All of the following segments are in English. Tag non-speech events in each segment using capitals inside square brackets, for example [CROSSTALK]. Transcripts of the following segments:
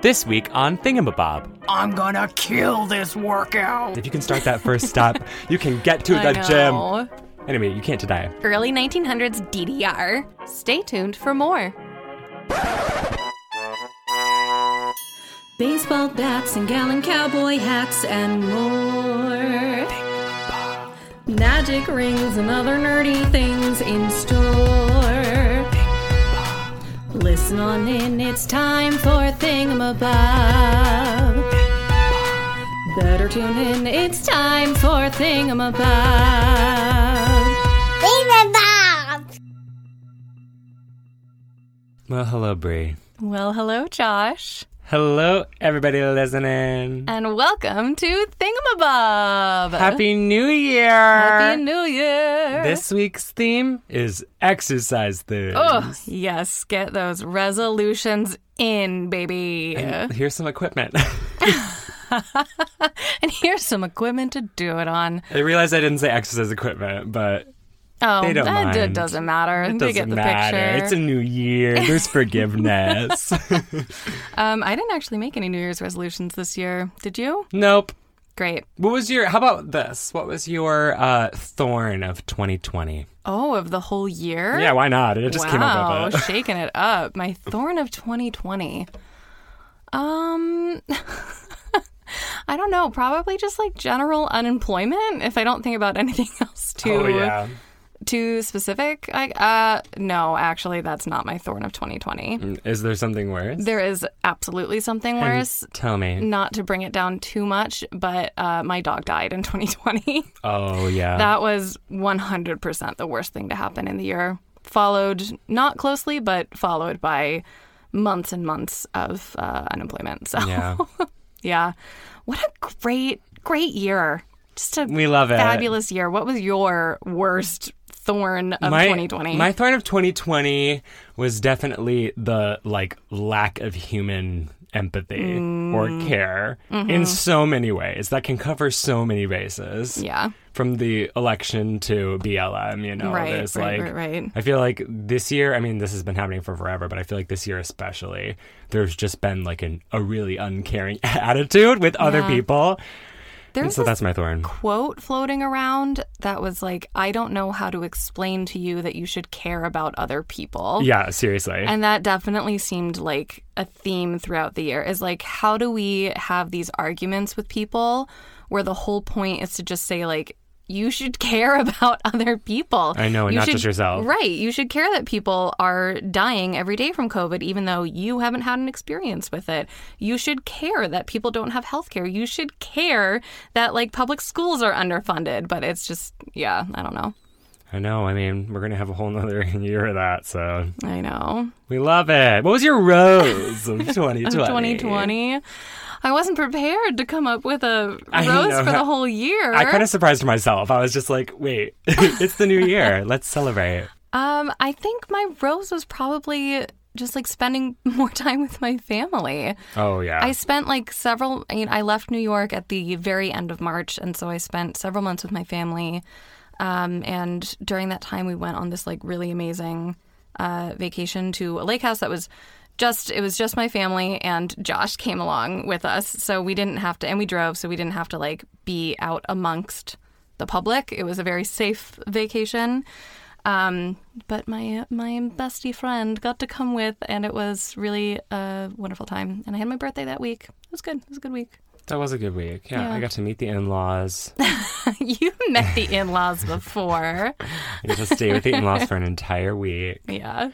This week on Thingamabob. I'm gonna kill this workout. If you can start that first stop, you can get to [LAUGHS] I the gym. know. Anyway, you can't deny it. Early 1900s DDR. Stay tuned for more. Baseball bats and gallon cowboy hats and more. Magic rings and other nerdy things in store. Listen on in, it's time for Thingamabob. Better tune in, it's time for Thingamabob. Well, hello, Brie. Well, hello, Josh, Hello, everybody listening. and welcome to Thingamabob. Happy New Year. Happy New Year. This week's theme is exercise things. Oh, yes, get those resolutions in, baby. And here's some equipment. [LAUGHS] and here's some equipment to do it on. I realized I didn't say exercise equipment, but Oh, They don't that d- mind. doesn't matter. it they doesn't get the matter. picture. It's a new [LAUGHS] year. There's forgiveness. [LAUGHS] um, I didn't actually make any New Year's resolutions this year. Did you? nope. Great. What was your? How about this? What was your uh, thorn of 2020? Oh, of the whole year? Yeah, why not? It just wow, came up with it. [LAUGHS] shaking it up. My thorn of 2020. Um, [LAUGHS] I don't know. Probably just like general unemployment. If I don't think about [LAUGHS] anything else too Oh yeah. too specific. I uh no, actually, that's not my thorn of 2020. Is there something worse? There is absolutely something worse. Tell me. Not to bring it down too much, but uh, my dog died in [LAUGHS] 2020. Oh yeah. That was 100% the worst thing to happen in the year. Followed, not closely, but followed by months and months of uh, unemployment. So, [LAUGHS] yeah. [LAUGHS] yeah. What a great, great year. Just a We love it. fabulous year. What was your worst thorn of 2020? My thorn of 2020 was definitely the like lack of human empathy Mm. or care Mm-hmm. in so many ways that can cover so many bases. yeah. From the election to BLM, you know, Right, there's right, like, right, right. I feel like this year, I mean, this has been happening for forever, but I feel like this year especially, there's just been like an, a really uncaring [LAUGHS] attitude with other Yeah. people. And There's so this that's my thorn. quote floating around that was like, I don't know how to explain to you that you should care about other people. Yeah, seriously. And that definitely seemed like a theme throughout the year is like, how do we have these arguments with people where the whole point is to just say, like, you should [LAUGHS] care about other people. I know, and You not just yourself. Right. You should care that people are dying every day from COVID, even though you haven't had an experience with it. You should care that people don't have health care. You should care that, like, public schools are underfunded. But it's just, yeah, I don't know. I know. I mean, we're going to have a whole nother [LAUGHS] year of that. So I know. we love it. What was your rose [LAUGHS] of 2020? 2020. I wasn't prepared to come up with a I rose know. for the whole year. I kind of surprised myself. I was just like, wait, [LAUGHS] it's the new year. Let's celebrate. um, I think my rose was probably just like spending [LAUGHS] more time with my family. Oh, yeah. I spent like several. I mean, I left New York at the very end of March, and so I spent several months with my family. Um, and during that time, we went on this like really amazing uh, vacation to a lake house that was just it was just my family and Josh came along with us, so we didn't have to, and we drove, so we didn't have to like be out amongst the public. It was a very safe vacation. Um, but my my bestie friend got to come with, and it was really a wonderful time. And I had my birthday that week. It was good. It was a good week. [LAUGHS] that was a good week. Yeah, Yeah. I got to meet the in laws. you met the [LAUGHS] in laws before, I got to stay with the in [LAUGHS] laws for an entire week. yeah.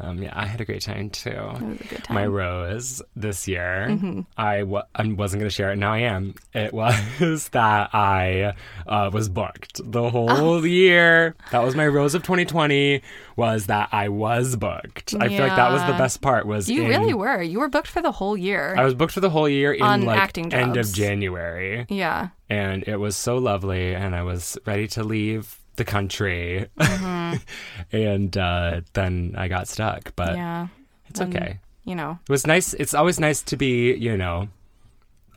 Um, yeah, I had a great time too. It was a good time. Mm-hmm. My rose this year, I w- I wasn't going to share it. Now I am. It was [LAUGHS] that I uh, was booked the whole Oh. year. That was my rose of 2020. Was that I was booked? I feel like that was the Yeah. best part. Was You in- really were. You were booked for the whole year. I was booked for the whole year in On like acting end of jobs. January, yeah. and it was so lovely, and I was ready to leave the country, Mm-hmm. [LAUGHS] and uh, then I got stuck, but Yeah. it's okay. You know. It was nice. It's always nice to be, you know,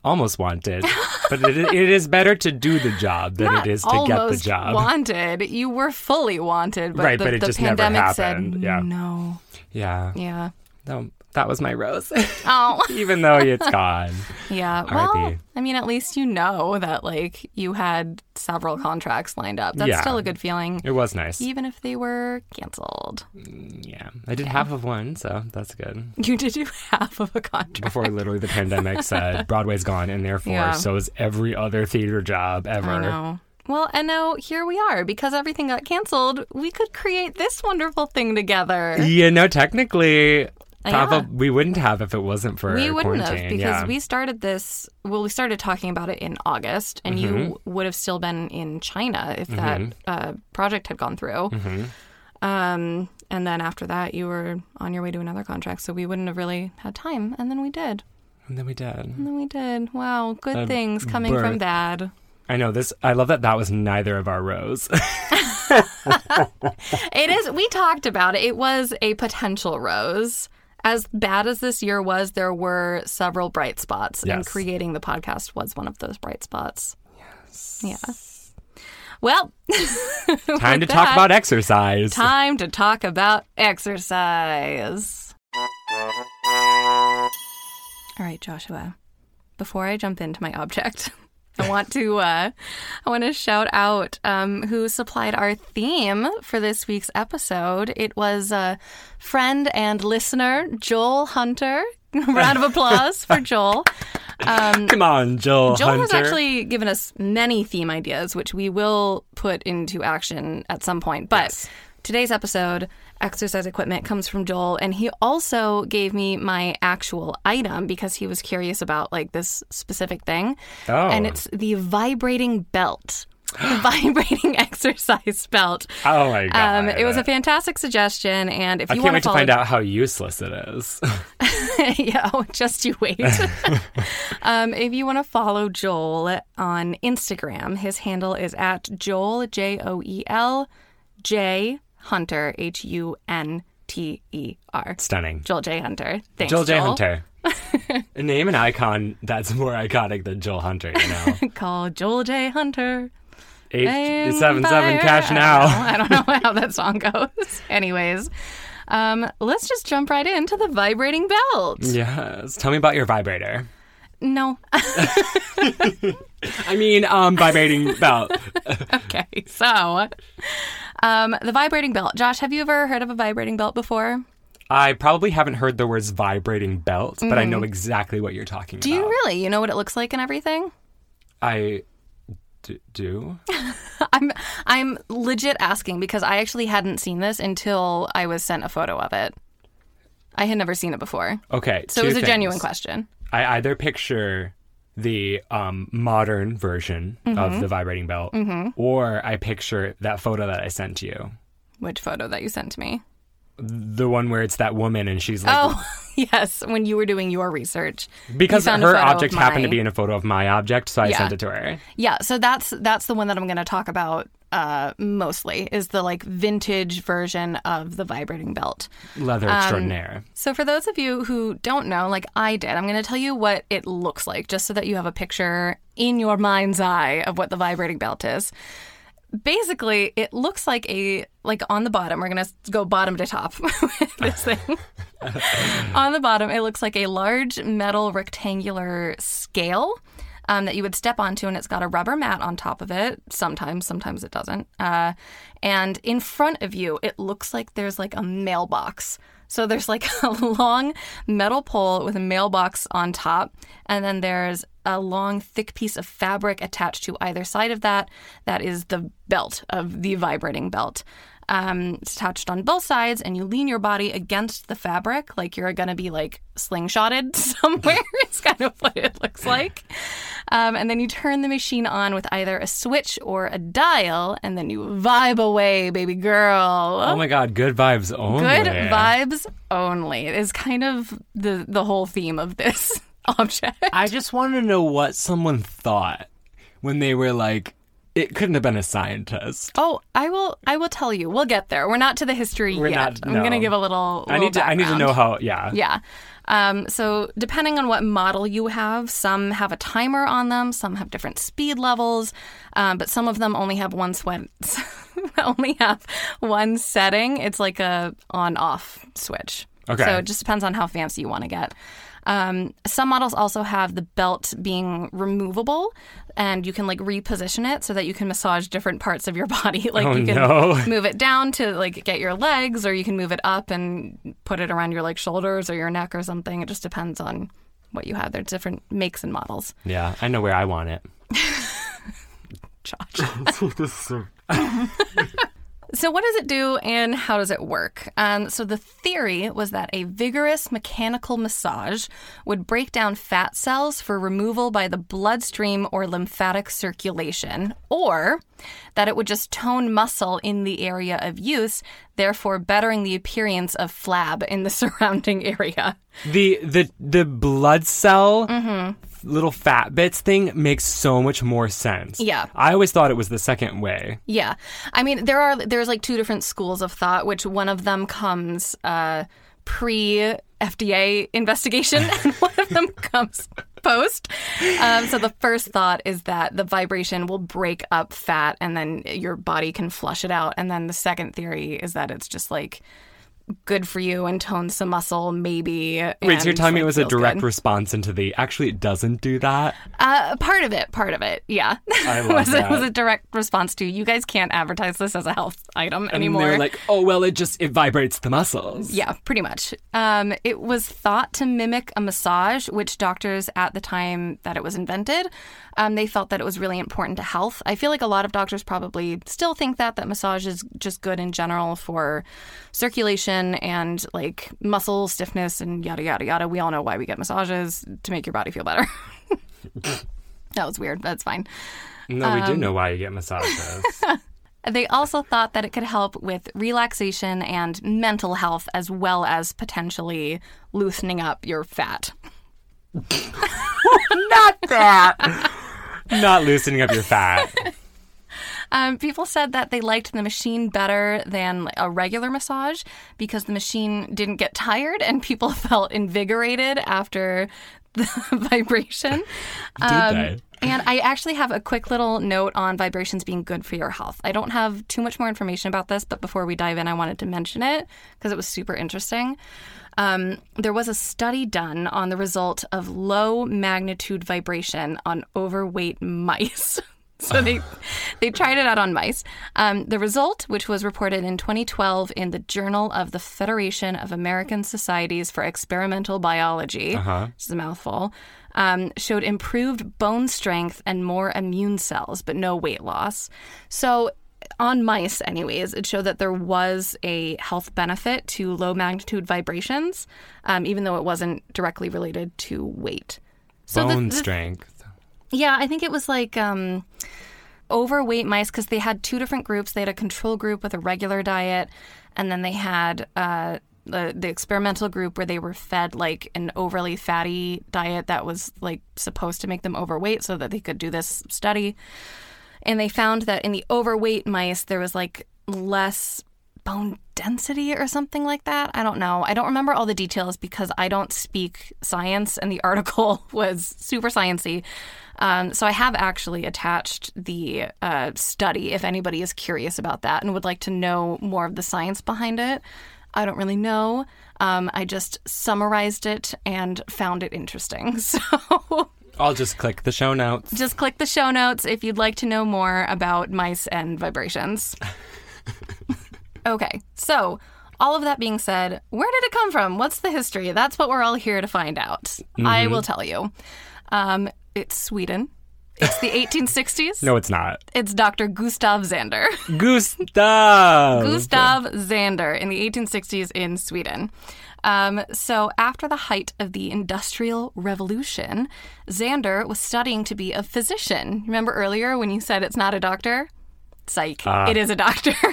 almost wanted, but it, [LAUGHS] it is better to do the job than Not it is to get the almost job. Wanted. You were fully wanted, but Right, the, but it the just never pandemic happened. said Yeah. no. yeah. Yeah. No, That was my rose, [LAUGHS] Oh, [LAUGHS] even though it's gone. yeah. Well, R.I.P.. I mean, at least you know that like you had several contracts lined up. That's Yeah. still a good feeling, It was nice. even if they were canceled. [LAUGHS] Yeah, I did half of one, so that's good. You did do half of [LAUGHS] a contract. Before literally the pandemic [LAUGHS] said Broadway's gone, and therefore Yeah. so is every other theater job ever. I know. Well, and now here we are. Because everything got canceled, we could create this wonderful thing together. You know, technically, Yeah. probably we wouldn't have if it wasn't for we wouldn't quarantine. have because yeah. we started this well we started talking about it in august and you Mm-hmm. would have still been in china if that uh, project had gone through Mm-hmm. um, and then after that you were on your way to another contract so we wouldn't have really had time and then we did and then we did. and then we did wow good A things coming from birth. bad I know this. I love that that was neither of our rows. it is we talked about it it was a potential rose as bad as this year was there were several bright spots and Yes. creating the podcast was one of those bright spots yes yeah well [LAUGHS] [LAUGHS] Time to talk about exercise. time to talk about exercise all right joshua before i jump into my object [LAUGHS] i want to uh, i want to shout out um, who supplied our theme for this week's episode it was uh, friend and listener joel hunter [LAUGHS] round of applause for joel Come on, Joel. Joel has Hunter. actually given us many theme ideas, which we will put into action at some point. But today's episode, exercise equipment, comes from Joel, and he also gave me my actual item because he was curious about like this specific thing. Oh. and it's the vibrating belt, [GASPS] the vibrating [LAUGHS] exercise belt. Oh my god. Um, it was a fantastic suggestion, and if I you can't want wait to follow find out how useless it is. [LAUGHS] [LAUGHS] yeah, oh, just you wait. um, if you want to follow Joel on Instagram, his handle is at Joel J O E L J Hunter H U N T E R. Stunning. Joel J Hunter. Thanks, Joel J. Hunter. A Name an icon that's more iconic than Joel Hunter, you [LAUGHS] know. [LAUGHS] Call Joel J Hunter. H seven Empire. seven cash now. I don't know I don't know how that song goes. Anyways, um, let's just jump right into the vibrating belt. [LAUGHS] Yes. Tell me about your vibrator. No, I mean, um, vibrating [LAUGHS] belt. okay. So, um, the vibrating belt. Josh, have you ever heard of a vibrating belt before? I probably haven't heard the words vibrating belt, but I know exactly what you're talking Mm. Do you about. really? You know what it looks like and everything? [LAUGHS] I d- do. I'm I'm legit asking because I actually hadn't seen this until I was sent a photo of it. I had never seen it before. Okay. So two it was a things. genuine question. I either picture the um, modern version Mm-hmm. of the vibrating belt, or I picture that photo that I sent to you. Which photo that you sent to me? The one where it's that woman and she's like, Oh, [LAUGHS] yes, when you were doing your research. because you found a her photo of object happened to my- be in a photo of my object, so I Yeah. sent it to her. Yeah, so that's that's the one that I'm going to talk about uh, mostly is the like vintage version of the vibrating belt. Leather Um, extraordinaire. So, for those of you who don't know, like I did, I'm going to tell you what it looks like just so that you have a picture in your mind's eye of what the vibrating belt is. Basically, it looks like a, like on the bottom, we're going to go bottom to top [LAUGHS] with this thing. [LAUGHS] on the bottom, it looks like a large metal rectangular scale. Um, that you would step onto, and it's got a rubber mat on top of it. Sometimes, sometimes it doesn't. Uh, and in front of you, it looks like there's like a mailbox. So there's like [LAUGHS] a long metal pole with a mailbox on top, and then there's a long, thick piece of fabric attached to either side of that. That is the belt of the vibrating belt. Um, it's attached on both sides, and you lean your body against the fabric like you're gonna be like slingshotted [LAUGHS] somewhere. it's kind of what it looks like. Um, and then you turn the machine on with either a switch or a dial, and then you vibe away, baby girl oh my god, good vibes only. good vibes only is kind of the the whole theme of this [LAUGHS] object. I just wanted to know what someone thought when they were like, it couldn't have been a scientist. Oh, I will I will tell you. We'll get there. We're not to the history We're yet. not- I'm no. gonna give a little. I need to. I need to know how. Yeah. Yeah. Um, so depending on what model you have, some have a timer on them, some have different speed levels, um, but some of them only have one [LAUGHS] sweat, only have one setting. It's like a on-off switch. Okay. So it just depends on how fancy you want to get. Um, some models also have the belt being removable, and you can like reposition it so that you can massage different parts of your [LAUGHS] body. like Oh, you can no. [LAUGHS] move it down to like get your legs, or you can move it up and put it around your like shoulders or your neck or something. It just depends on what you have. There's different makes and models. Yeah, I know where I want it. Josh. So, what does it do and how does it work? Um, so, the theory was that a vigorous mechanical massage would break down fat cells for removal by the bloodstream or lymphatic circulation, or that it would just tone muscle in the area of use, therefore bettering the appearance of flab in the [LAUGHS] surrounding area. The the the blood cell Mm-hmm. little fat bits thing makes so much more sense. Yeah. I always thought it was the second way. Yeah, I mean there are there's like two different schools of thought, which one of them comes uh, pre FDA [LAUGHS] investigation, and one of them comes post. Um, so the first thought is that the vibration will break up fat, and then your body can flush it out. And then the second theory is that it's just like good for you and tones some muscle, maybe. Wait, so you're telling me it was a direct response? response into the actually it doesn't do that? Uh, part of it, part of it, yeah. [LAUGHS] I love was, that. was a direct response to you guys can't advertise this as a health item And they anymore. were like, oh well it just it vibrates the muscles. Yeah, pretty much. Um, it was thought to mimic a massage, which doctors at the time that it was invented, um, they felt that it was really important to health. I feel like a lot of doctors probably still think that that massage is just good in general for circulation and like muscle stiffness and yada yada yada. We all know why we get massages to make your body feel better. [LAUGHS] that was weird. but That's fine. No, we um, do know why you get massages. [LAUGHS] They also thought that it could help with relaxation and mental health, as well as potentially loosening up your fat. [LAUGHS] Not loosening up your fat. Um, people said that they liked the machine better than a regular massage because the machine didn't get tired and people [LAUGHS] felt invigorated after the [LAUGHS] vibration. Did Um, they? And I actually have a quick little note on vibrations being good for your health. I don't have too much more information about this, but before we dive in, I wanted to mention it because it was super interesting. Um, there was a study done on the result of low magnitude vibration on overweight mice. [LAUGHS] So they they tried it out on mice. Um, the result, which was reported in 2012 in the Journal of the Federation of American Societies for Experimental Biology, which is a mouthful, um, showed improved bone strength and more immune cells, but no weight loss. So on mice, anyways, it showed that there was a health benefit to low magnitude vibrations, um, even though it wasn't directly related to weight. So the- Bone the strength. yeah, I think it was like um, overweight mice because they had two different groups. They had a control group with a regular diet, and then they had uh, the, the experimental group where they were fed like an overly fatty diet that was like supposed to make them overweight so that they could do this study. And they found that in the overweight mice, there was like less bone density or something like that. I don't know. I don't remember all the details because I don't speak science, and the [LAUGHS] article was super sciency. Um, so I have actually attached the uh, study if anybody is curious about that and would like to know more of the science behind it. I don't really know. Um, I just summarized it and found it interesting. [LAUGHS] So I'll just click the show [LAUGHS] notes. just click the show notes if you'd like to know more about mice and vibrations. okay, so all of that being said, where did it come from? What's the history? That's what we're all here to find out. I will tell you. Um, it's Sweden. It's the 1860s. No, it's not. It's Dr. Gustav Zander. Gustav. Gustav Zander in the 1860s in Sweden. Um, so, after the height of the Industrial Revolution, Zander was studying to be a physician. Remember earlier when you said it's not a doctor? Psych. it is a doctor. [LAUGHS]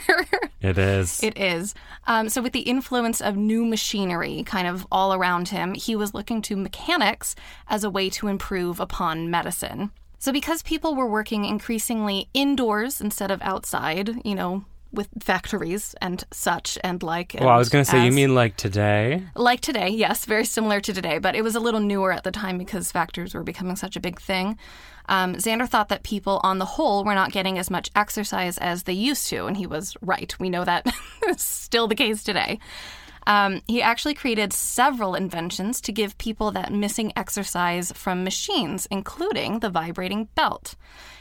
It is. It is. Um, so, with the influence of new machinery kind of all around him, he was looking to mechanics as a way to improve upon medicine. So, because people were working increasingly indoors instead of outside, you know, with factories and such and like. well, I was going to say, you as- mean like today? like today, yes, very similar to today, but it was a little newer at the time because factors were becoming such a big thing. Um, Xander thought that people on the whole were not getting as much [LAUGHS] exercise as they used to, and he was right. We know that is still the case today. Um, he actually created several inventions to give people that missing exercise from machines, including the vibrating belt.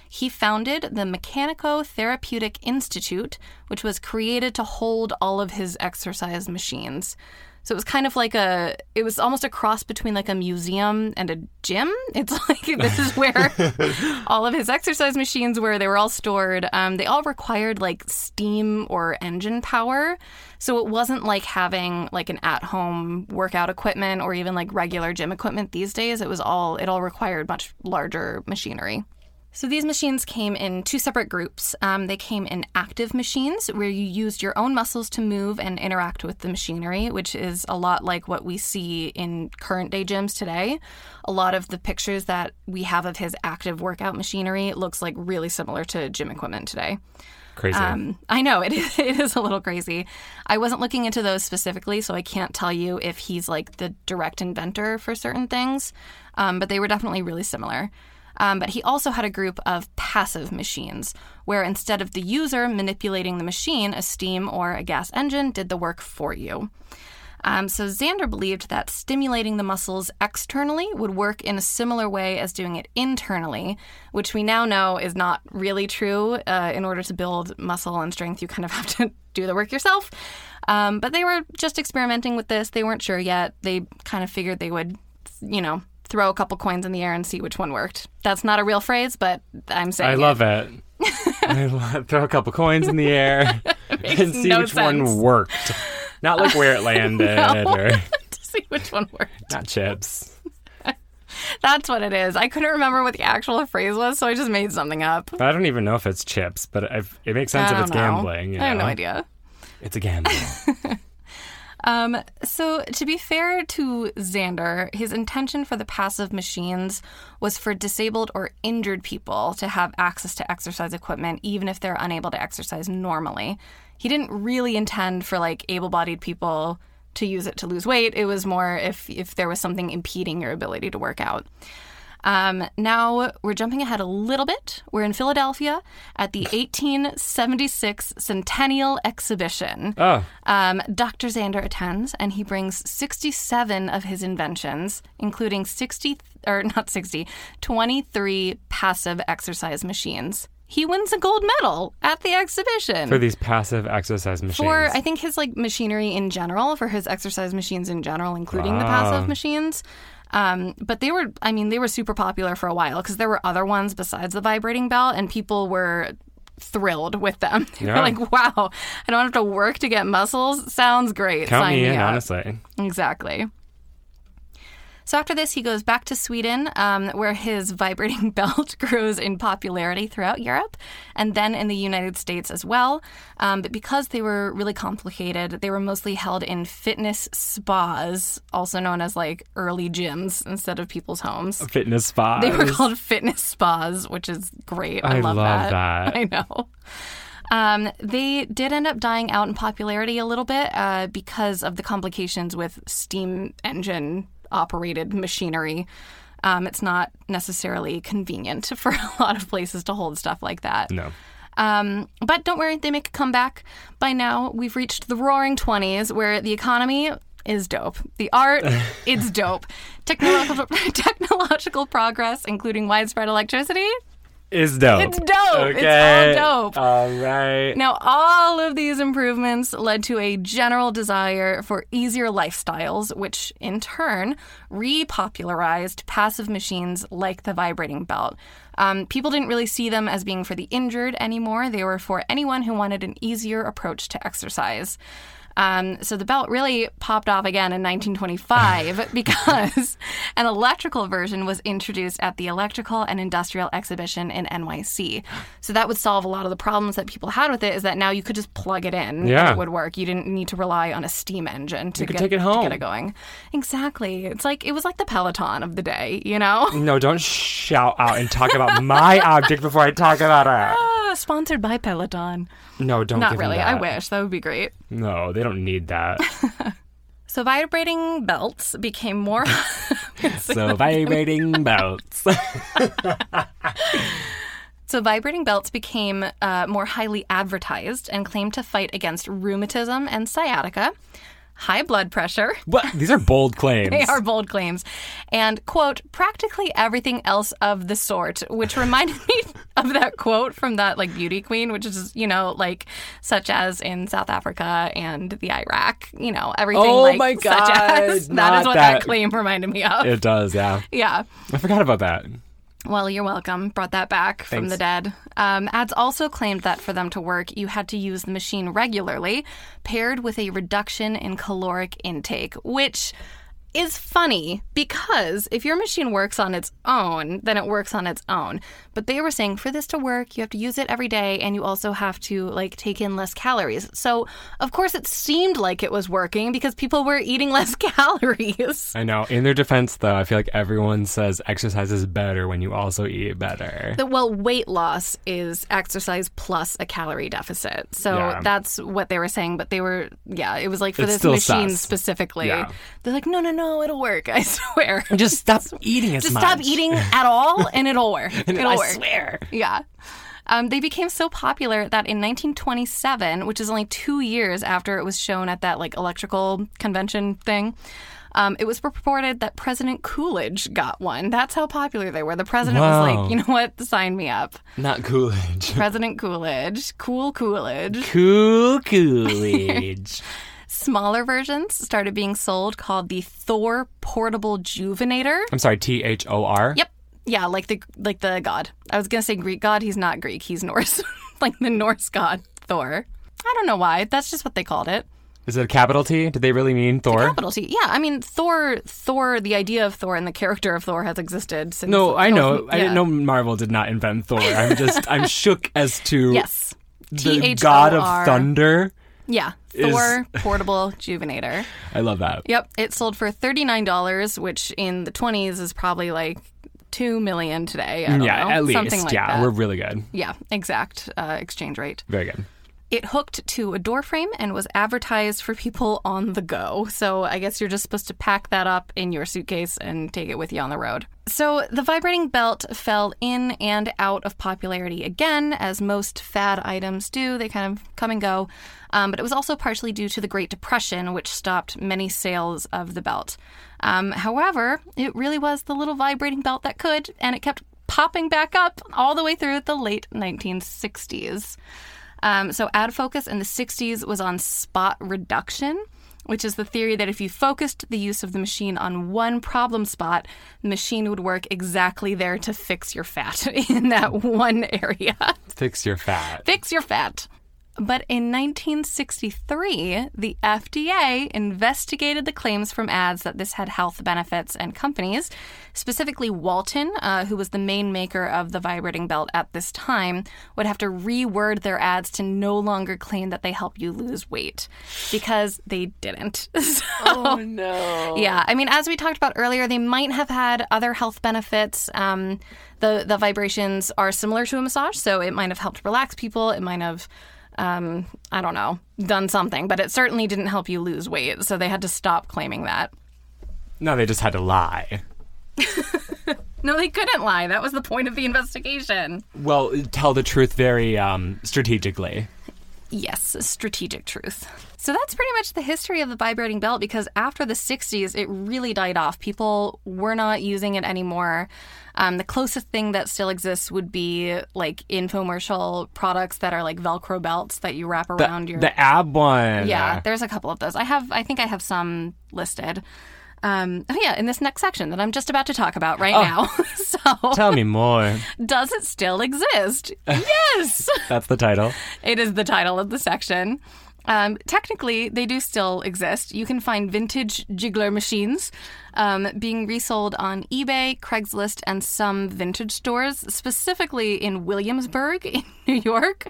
He founded the Mechanico Therapeutic Institute, which was created to hold all of his exercise machines. So it was kind of like a, it was almost a cross between like a museum and a gym. [LAUGHS] It's like this is where all of his exercise machines were. They were all stored. Um, they all required like steam or engine power. So it wasn't like having like an at home workout equipment or even like regular gym equipment these days. It was all, it all required much larger machinery. So these machines came in two separate groups. Um, they came in active machines, where you used your own muscles to move and interact with the machinery, which is a lot like what we see in current day gyms today. A lot of the pictures that we have of his active workout machinery looks like really similar to gym equipment today. Crazy. Um, I know it is, [LAUGHS] it is a little crazy. I wasn't looking into those specifically, so I can't tell you if he's like the direct inventor for certain things, um, but they were definitely really similar. Um, but he also had a group of passive machines, where instead of the user manipulating the machine, a steam or a gas engine did the work for you. Um, so Xander believed that stimulating the muscles externally would work in a similar way as doing it internally, which we now know is not really true. Uh, in order to build muscle and strength, you kind of [LAUGHS] have to do the work yourself. Um, but they were just experimenting with this. They weren't sure yet. They kind of figured they would, you know, throw a couple coins in the air and see which one worked. That's not a real phrase, but I'm saying I it. love it. [LAUGHS] I lo- throw a couple coins in the air and see no which sense. one worked. Not like where [LAUGHS] it landed or to [LAUGHS] see which one worked. not chips. That's what it is. I couldn't remember what the actual phrase was, so I just made something up. But I don't even know if it's chips, but I've, it makes I sense if don't it's know. gambling. you I have no know? idea. It's a [LAUGHS] gamble. Um, so, to be fair to Xander, his intention for the passive machines was for disabled or injured people to have access to exercise equipment, even if they're unable to exercise normally. He didn't really intend for like able-bodied people to use it to lose weight. It was more if if there was something impeding your ability to work out. Um, now we're jumping ahead a little bit. We're in Philadelphia at the 1876 Centennial Exhibition. oh, Um, Dr. Xander attends, and he brings 67 of his inventions, including 60 or not 60, 23 passive exercise machines. He wins a gold medal at the exhibition for these passive exercise machines. for I think his like machinery in general, for his exercise machines in general, including the Ah. passive machines. Um, but they were, I mean, they were super popular for a while because there were other ones besides the vibrating bell, and people were thrilled with them. [LAUGHS] They were Yeah. like, "Wow, I don't have to work to get muscles. Sounds great." Count Sign me in, up. honestly. Exactly. So after this, he goes back to Sweden, um, where his [LAUGHS] vibrating belt grows in popularity throughout Europe and then in the United States as well. Um, but because they were really complicated, they were mostly held in fitness spas, also known as like early gyms instead of people's homes. Fitness spa. They were called fitness spas, which is great. I, I love, love that. [LAUGHS] I know. Um, they did end up dying out in popularity a little bit uh, because of the complications with steam engine operated machinery. Um, it's not necessarily convenient [LAUGHS] for a lot of places to hold stuff like that. No. Um, but don't worry, they make a comeback. By now, we've reached the roaring 20s where the economy is dope. The art, it's dope. Technological, [LAUGHS] technological progress, including widespread electricity. Is dope. It's dope. It's Okay. all dope. All right. Now, all of these improvements led to a general desire for easier lifestyles, which in turn repopularized passive machines like the vibrating belt. Um, people didn't really see them as being for the injured anymore, they were for anyone who wanted an easier approach to exercise. Um, so the belt really popped off again in 1925 [LAUGHS] because an electrical version was introduced at the Electrical and Industrial Exhibition in NYC. So that would solve a lot of the problems that people had with it. Is that now you could just plug it in and Yeah. it would work. You didn't need to rely on a steam engine to could get take it to home. get it going. Exactly. It's like it was like the Peloton of the day, [LAUGHS] you know. No, don't shout out and talk about [LAUGHS] my object before I talk about it. Uh, sponsored by Peloton. No, don't. Not give them really. I that. wish that would be great. No, they don't need [LAUGHS] that. So vibrating belts [LAUGHS] became more. [LAUGHS] so vibrating [LAUGHS] belts. So, vibrating belts became uh, more highly advertised and claimed to fight against rheumatism and sciatica. high blood pressure. [LAUGHS] What? These are bold claims. They are bold claims. And, quote, practically everything else of the sort, which reminded [LAUGHS] me of that quote from that, like, beauty queen, which is, you know, like, such as in South Africa and the Iraq, you know, everything Oh like my God, such [LAUGHS] as. That not is what that. that. claim reminded me of. It does, yeah. yeah. I forgot about that. Well, you're welcome. Brought that back from Thanks. the dead. Um, ads also claimed that for them to work, you had to use the machine regularly, paired with a reduction in caloric intake, which is funny because if your machine works on its own, then it works on its own. But they were saying for this to work, you have to use it every day and you also have to like take in less calories. So, of course, it seemed like it was working because people were eating less [LAUGHS] calories. I know. In their defense, though, I feel like everyone says exercise is better when you also eat better. The, well, weight loss is exercise plus a calorie deficit. So Yeah. that's what they were saying. But they were, yeah, it was like for It's this still machine sus. specifically. Yeah. They're like, no, no, no, it'll work. [LAUGHS] I swear. [LAUGHS] [LAUGHS] Just stop eating as Just much. stop eating at all and it'll work. [LAUGHS] it'll I work. swear. Yeah. Um, they became so popular that in 1927, which is only two years after it was shown at that like electrical convention thing, um, it was reported that President Coolidge got one. That's how popular they were. The president was Wow. like, you know what, sign me up. Not Coolidge. [LAUGHS] President Coolidge, cool Coolidge. Cool [LAUGHS] Coolidge. Smaller versions started being sold called the Thor Portable Juvenator. I'm sorry, T H O R? Yep. Yeah, like the like the god. I was gonna say Greek god. He's not Greek. He's Norse, [LAUGHS] like the Norse god Thor. I don't know why. That's just what they called it. Is it a capital T? Did they really mean Thor? Capital T. Yeah, I mean Thor. Thor. The idea of Thor and the character of Thor has existed since. No, I know. I Yeah. didn't know Marvel did not invent Thor. I'm just, I'm shook as to [LAUGHS] Yes. the god T H O R. of thunder. Yeah. Is- Thor portable juvenator. I love that. Yep, it sold for thirty nine dollars, which in the twenties is probably like two million today. I don't yeah, know. at least. something like yeah, that. we're really good. Yeah, exact uh, exchange rate. Very good. It hooked to a door frame and was advertised for people on the go. So I guess you're just supposed to pack that up in your suitcase and take it with you on the road. So the vibrating belt fell in and out of popularity again, as most fad items do. They kind of come and go. Um, but it was also partially due to the Great Depression, which stopped many sales of the belt. Um, however, it really was the little vibrating belt that could, and it kept popping back up all the way through the late 1960s. Um, so, ad focus in the 60s was on spot reduction, which is the theory that if you focused the use of the machine on one problem spot, the machine would work exactly there to fix your fat [LAUGHS] in that one area. Fix your fat. [LAUGHS] fix your fat. But in 1963, the FDA investigated the claims from ads that this had health benefits and companies, specifically Walton, uh, who was the main maker of the vibrating belt at this time, would have to reword their ads to no longer claim that they help you lose weight because they didn't. [LAUGHS] oh, no. Yeah. I mean, as we talked about earlier, they might have had other health benefits. Um, the, the vibrations are similar to a massage, so it might have helped relax people. It might have um, I don't know, done something, but it certainly didn't help you lose weight. So they had to stop claiming that. No, they just had to lie. No, they couldn't lie. That was the point of the investigation. Well, tell the truth very um, strategically. Yes, strategic truth. So that's pretty much the history of the vibrating belt because after the 60s, it really died off. People were not using it anymore. Um, the closest thing that still exists would be like infomercial products that are like Velcro belts that you wrap The, around your. the ab one. Yeah, there's a couple of those. I have, I think I have some listed. Um, oh yeah, in this next section that I'm just about to talk about right now. so, Tell me [LAUGHS] more. does it still exist? yes, That's the title. it is the title of the section. Um, technically, they do still exist. You can find vintage jiggler machines um, being resold on eBay, Craigslist, and some vintage stores, specifically in Williamsburg, [LAUGHS] in New York,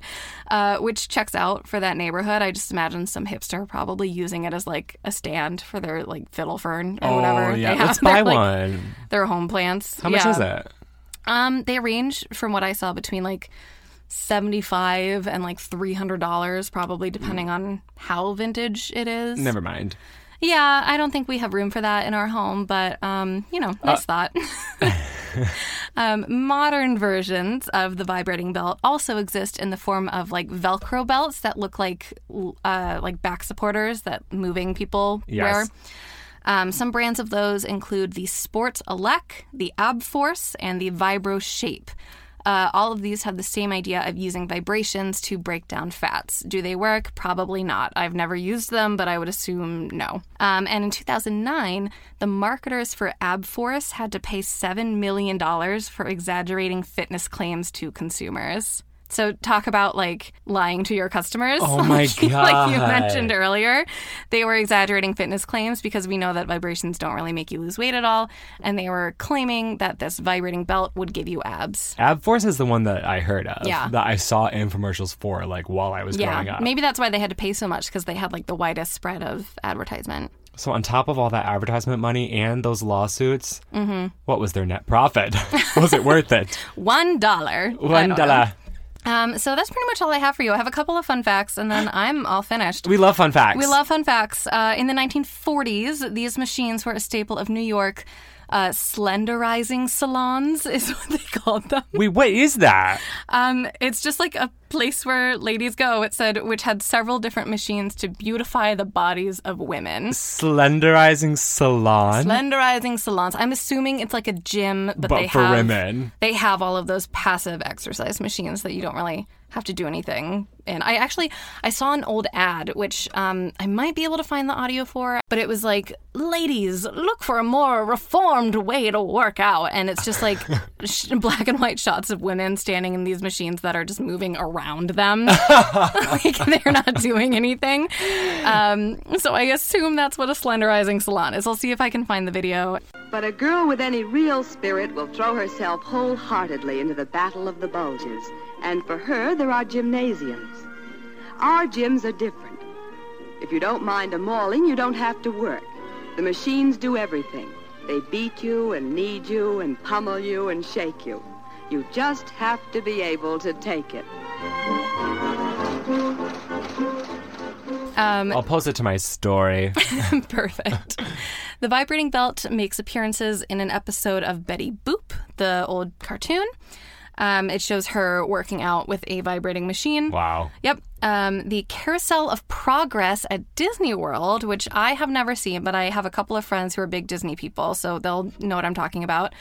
uh, which checks out for that neighborhood. I just imagine some hipster probably using it as like a stand for their like fiddle fern or whatever. oh yeah, they have [LAUGHS] let's in their, buy like, one. Their home plants. How much Yeah. is it? Um, they range from what I saw between like seventy-five and like three hundred dollars, probably depending on how vintage it is. Never mind. Uh. Yeah, I don't think we have room for that in our home, but um, you know, nice thought. [LAUGHS] Um, modern versions of the vibrating belt also exist in the form of like Velcro belts that look like l- uh, like back supporters that moving people Yes. wear. Um, some brands of those include the Sports Elec, the Ab Force, and the Vibro Shape. Uh, all of these have the same idea of using vibrations to break down fats. Do they work? Probably not. I've never used them, but I would assume no. Um, and in 2009, the marketers for Ab Force had to pay $7 million for exaggerating fitness claims to consumers. So talk about like lying to your customers. Oh my [LAUGHS] Like you- like you God. mentioned earlier, they were exaggerating fitness claims because we know that vibrations don't really make you lose weight at all, and they were claiming that this vibrating belt would give you abs. Abforce is the one that I heard of. Yeah. That I saw infomercials for, like while I was growing Yeah, up. maybe that's why they had to pay so much because they had like the widest spread of advertisement. So on top of all that advertisement money and those lawsuits, Mm-hmm. what was their net profit? [LAUGHS] was it worth [LAUGHS] it? One dollar. I One don't know. dollar. Um, so that's pretty much all I have for you. I have a couple of fun facts, and [GASPS] then I'm all finished. We love fun facts. We love fun facts. Uh, in the 1940s, these machines were a staple of New York. Uh, slenderizing salons [LAUGHS] is what they called them. Wait, what is that? Um, it's just like a place where ladies go. It said, which had several different machines to beautify the bodies of women. Slenderizing salon. Slenderizing salons. I'm assuming it's like a gym, But but, they for have women. They have all of those passive exercise machines that you don't really have to do anything. And I actually I saw an old ad which um, I might be able to find the audio for, but it was like, "Ladies, look for a more reformed way to work out," and it's [LAUGHS] just like sh- black and white shots of women standing in these machines that are just moving [LAUGHS] around them, like they're not doing anything. Um, so I assume that's what a slenderizing salon is. I'll see if I can find the video. But a girl with any real spirit will throw herself wholeheartedly into the battle of the bulges. And for her, there are gymnasiums. Our gyms are different. If you don't mind a mauling, you don't have to work. The machines do everything. They beat you and knead you and pummel you and shake you. You just have to be able to take it. Um, I'll post it to my [LAUGHS] story. Perfect. The vibrating belt makes appearances in an episode of Betty Boop, the old cartoon. Um, it shows her working out with a vibrating machine. Wow. Yep. Um, the Carousel of Progress at Disney World, which I have never seen, but I have a couple of friends who are big Disney people, so they'll know what I'm talking about.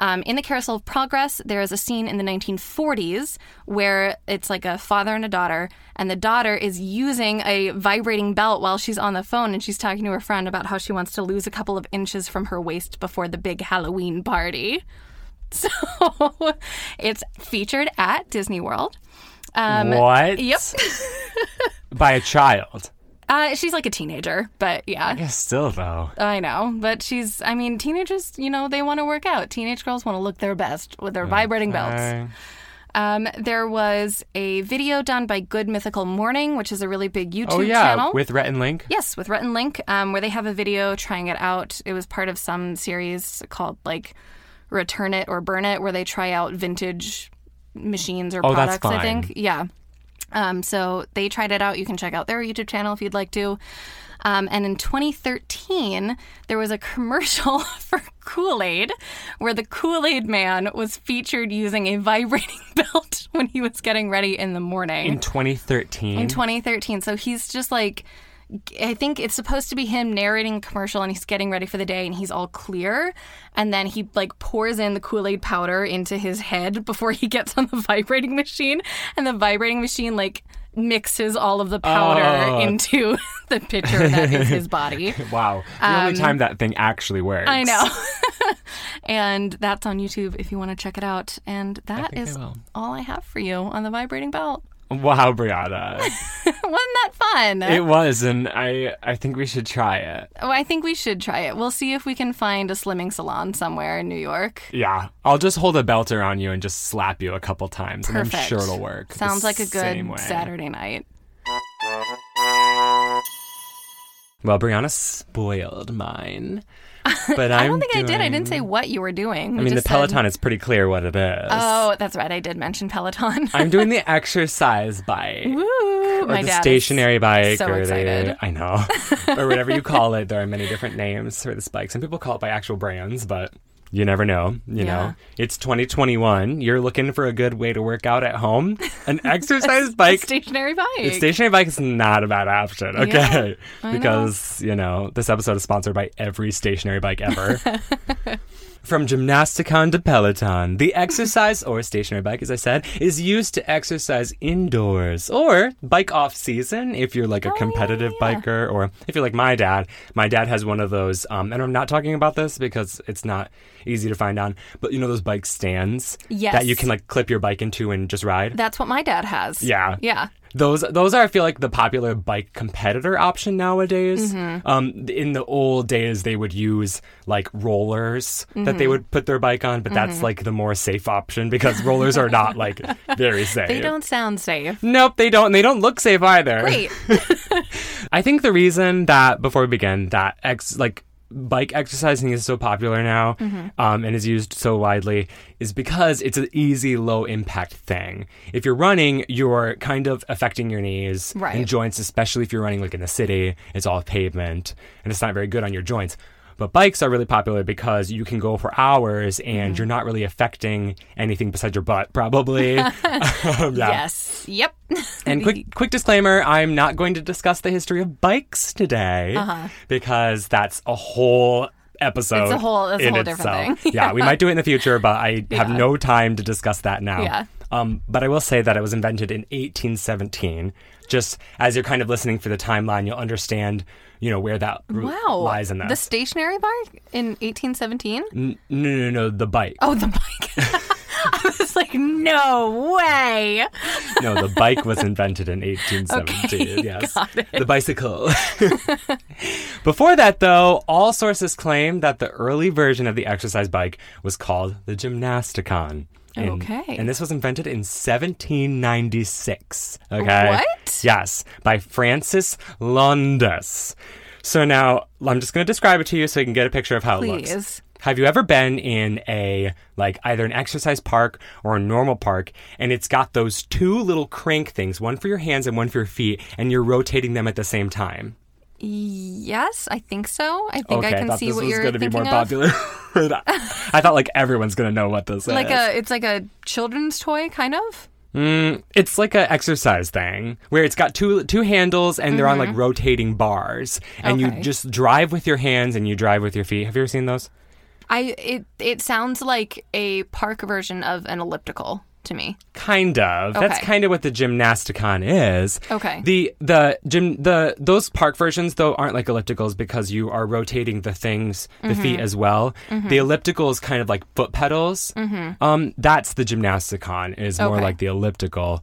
Um, in the Carousel of Progress, there is a scene in the 1940s where it's like a father and a daughter, and the daughter is using a vibrating belt while she's on the phone and she's talking to her friend about how she wants to lose a couple of inches from her waist before the big Halloween party. [LAUGHS] So it's featured at Disney World. Um, what? Yep. By a child. Uh, she's like a teenager, but yeah, Yeah, still though. I know. But she's, I mean, teenagers, you know, they want to work out. Teenage girls want to look their best with their vibrating belts. Uh, Um, there was a video done by Good Mythical Morning, which is a really big YouTube oh yeah, channel. with Rhett and Link. yes, with Rhett and Link, um, where they have a video trying it out. It was part of some series called like Return It or Burn It, where they try out vintage machines or Oh, that's products, I think. Yeah. Um, so they tried it out. You can check out their YouTube channel if you'd like to. Um, and in 2013, there was a commercial [LAUGHS] for Kool Aid where the Kool Aid man was featured using a vibrating [LAUGHS] belt when he was getting ready in the morning. In 2013. In 2013. So he's just like, I think it's supposed to be him narrating a commercial and he's getting ready for the day and he's all clear. And then he like pours in the Kool Aid powder into his head [LAUGHS] before he gets on the vibrating machine. And the vibrating machine like mixes all of the powder Oh. into [LAUGHS] the pitcher that [LAUGHS] is his body. wow. The only time that thing actually works. Um, I know. [LAUGHS] and that's on YouTube if you want to check it out. And that think I is will. all I have for you on the vibrating belt. [LAUGHS] [LAUGHS] Wow, Brianna. Wasn't that fun? it was, and I I think we should try it. Oh, I think we should try it. We'll see if we can find a slimming salon somewhere in New York. Yeah, I'll just hold a belt around you and just slap you a couple times, and I'm Perfect. sure it'll work. the Sounds like a same way. good Saturday night. Well, Brianna spoiled [LAUGHS] mine, but I I'm don't think I did. I doing- didn't say what you were doing. I mean, the Peloton is pretty clear what it is. oh, [LAUGHS] that's right. I did mention Peloton. [LAUGHS] [LAUGHS] I'm doing the exercise bike. Woo! Or My the dad is stationary bike, so or excited. the I [LAUGHS] know, or whatever you call it. There are many different names for this bike. Some people call it by actual brands, but You never know, you Yeah. know. It's 2021. You're looking for a good way to work out at home. [LAUGHS] An exercise bike. stationary bike. a stationary bike is not a bad option, okay? [LAUGHS] I know. because, you know, this episode is sponsored by every stationary bike [LAUGHS] ever. From Gymnasticon to Peloton, the exercise or stationary bike, as I said, is used to exercise indoors or bike off season if you're Oh, like a competitive biker or if you're like my dad. My dad has one of those, um, and I'm not talking about this because it's not easy to find on, but you know those bike stands that you Yes. can like clip your bike into and just ride? That's what my dad has. Yeah. Yeah. Those those are I feel like the popular bike competitor option nowadays. Mm-hmm. Um, in the old days, they would use like rollers that they Mm-hmm. would put their bike on, but that's like the more safe option because rollers are not like very safe. [LAUGHS] They don't sound [LAUGHS] safe. Nope, they don't. and They don't look safe either. Great. I think the reason that before we begin that ex like bike exercising is so popular now Mm-hmm. um, and is used so widely is because it's an easy low impact thing if you're running you're kind of affecting your knees Right. and joints especially if you're running like in the city it's all pavement and it's not very good on your joints but bikes are really popular because you can go for hours Mm-hmm. and you're not really affecting anything besides your butt [LAUGHS] probably [LAUGHS] Um, yeah. Yes. Yep. And [LAUGHS] quick, quick disclaimer: I'm not going to discuss the history of bikes today because that's a whole episode. Uh-huh. It's a whole- it's a in whole different itself. thing. yeah. we might do it in the future, but [LAUGHS] I have no time to discuss that now. Yeah. Um, but I will say that it was invented in 1817. Just as you're kind of listening for the timeline, you'll understand, you know, where that root Wow. lies in this. The stationary bike in 1817? N- no, no, no, the bike. Oh, the bike. [LAUGHS] I was like, no way. No, the bike was invented in 1817. Okay, yes. [LAUGHS] got it. The bicycle. [LAUGHS] Before that, though, all sources claim that the early version of the exercise bike was called the Gymnasticon. And- Okay. And this was invented in 1796. Okay. What? Yes, by Francis Londas. So now I'm just going to describe it to you so you can get a picture of how it looks. Please. Have you ever been in a like either an exercise park or a normal park and it's got those two little crank things, one for your hands and one for your feet, and you're rotating them at the same time? Yes, I think so. I think okay, I can thought see this what was you're gonna thinking be more of. popular. [LAUGHS] I thought like everyone's gonna know what this Like is. a, it's like a children's toy, kind of. Mm, it's like an exercise thing where it's got two two handles and they're on like rotating bars, and Mm-hmm. Okay. you just drive with your hands and you drive with your feet. Have you ever seen those? I it it sounds like a park version of an elliptical to me. Kind of. That's Okay. kind of what the gymnasticon is. Okay. The the gym the those park versions though aren't like ellipticals because you are rotating the things the Mm-hmm. feet as well. The elliptical is kind of like foot pedals. Um, that's the gymnasticon is more Mm-hmm. Okay. like the elliptical.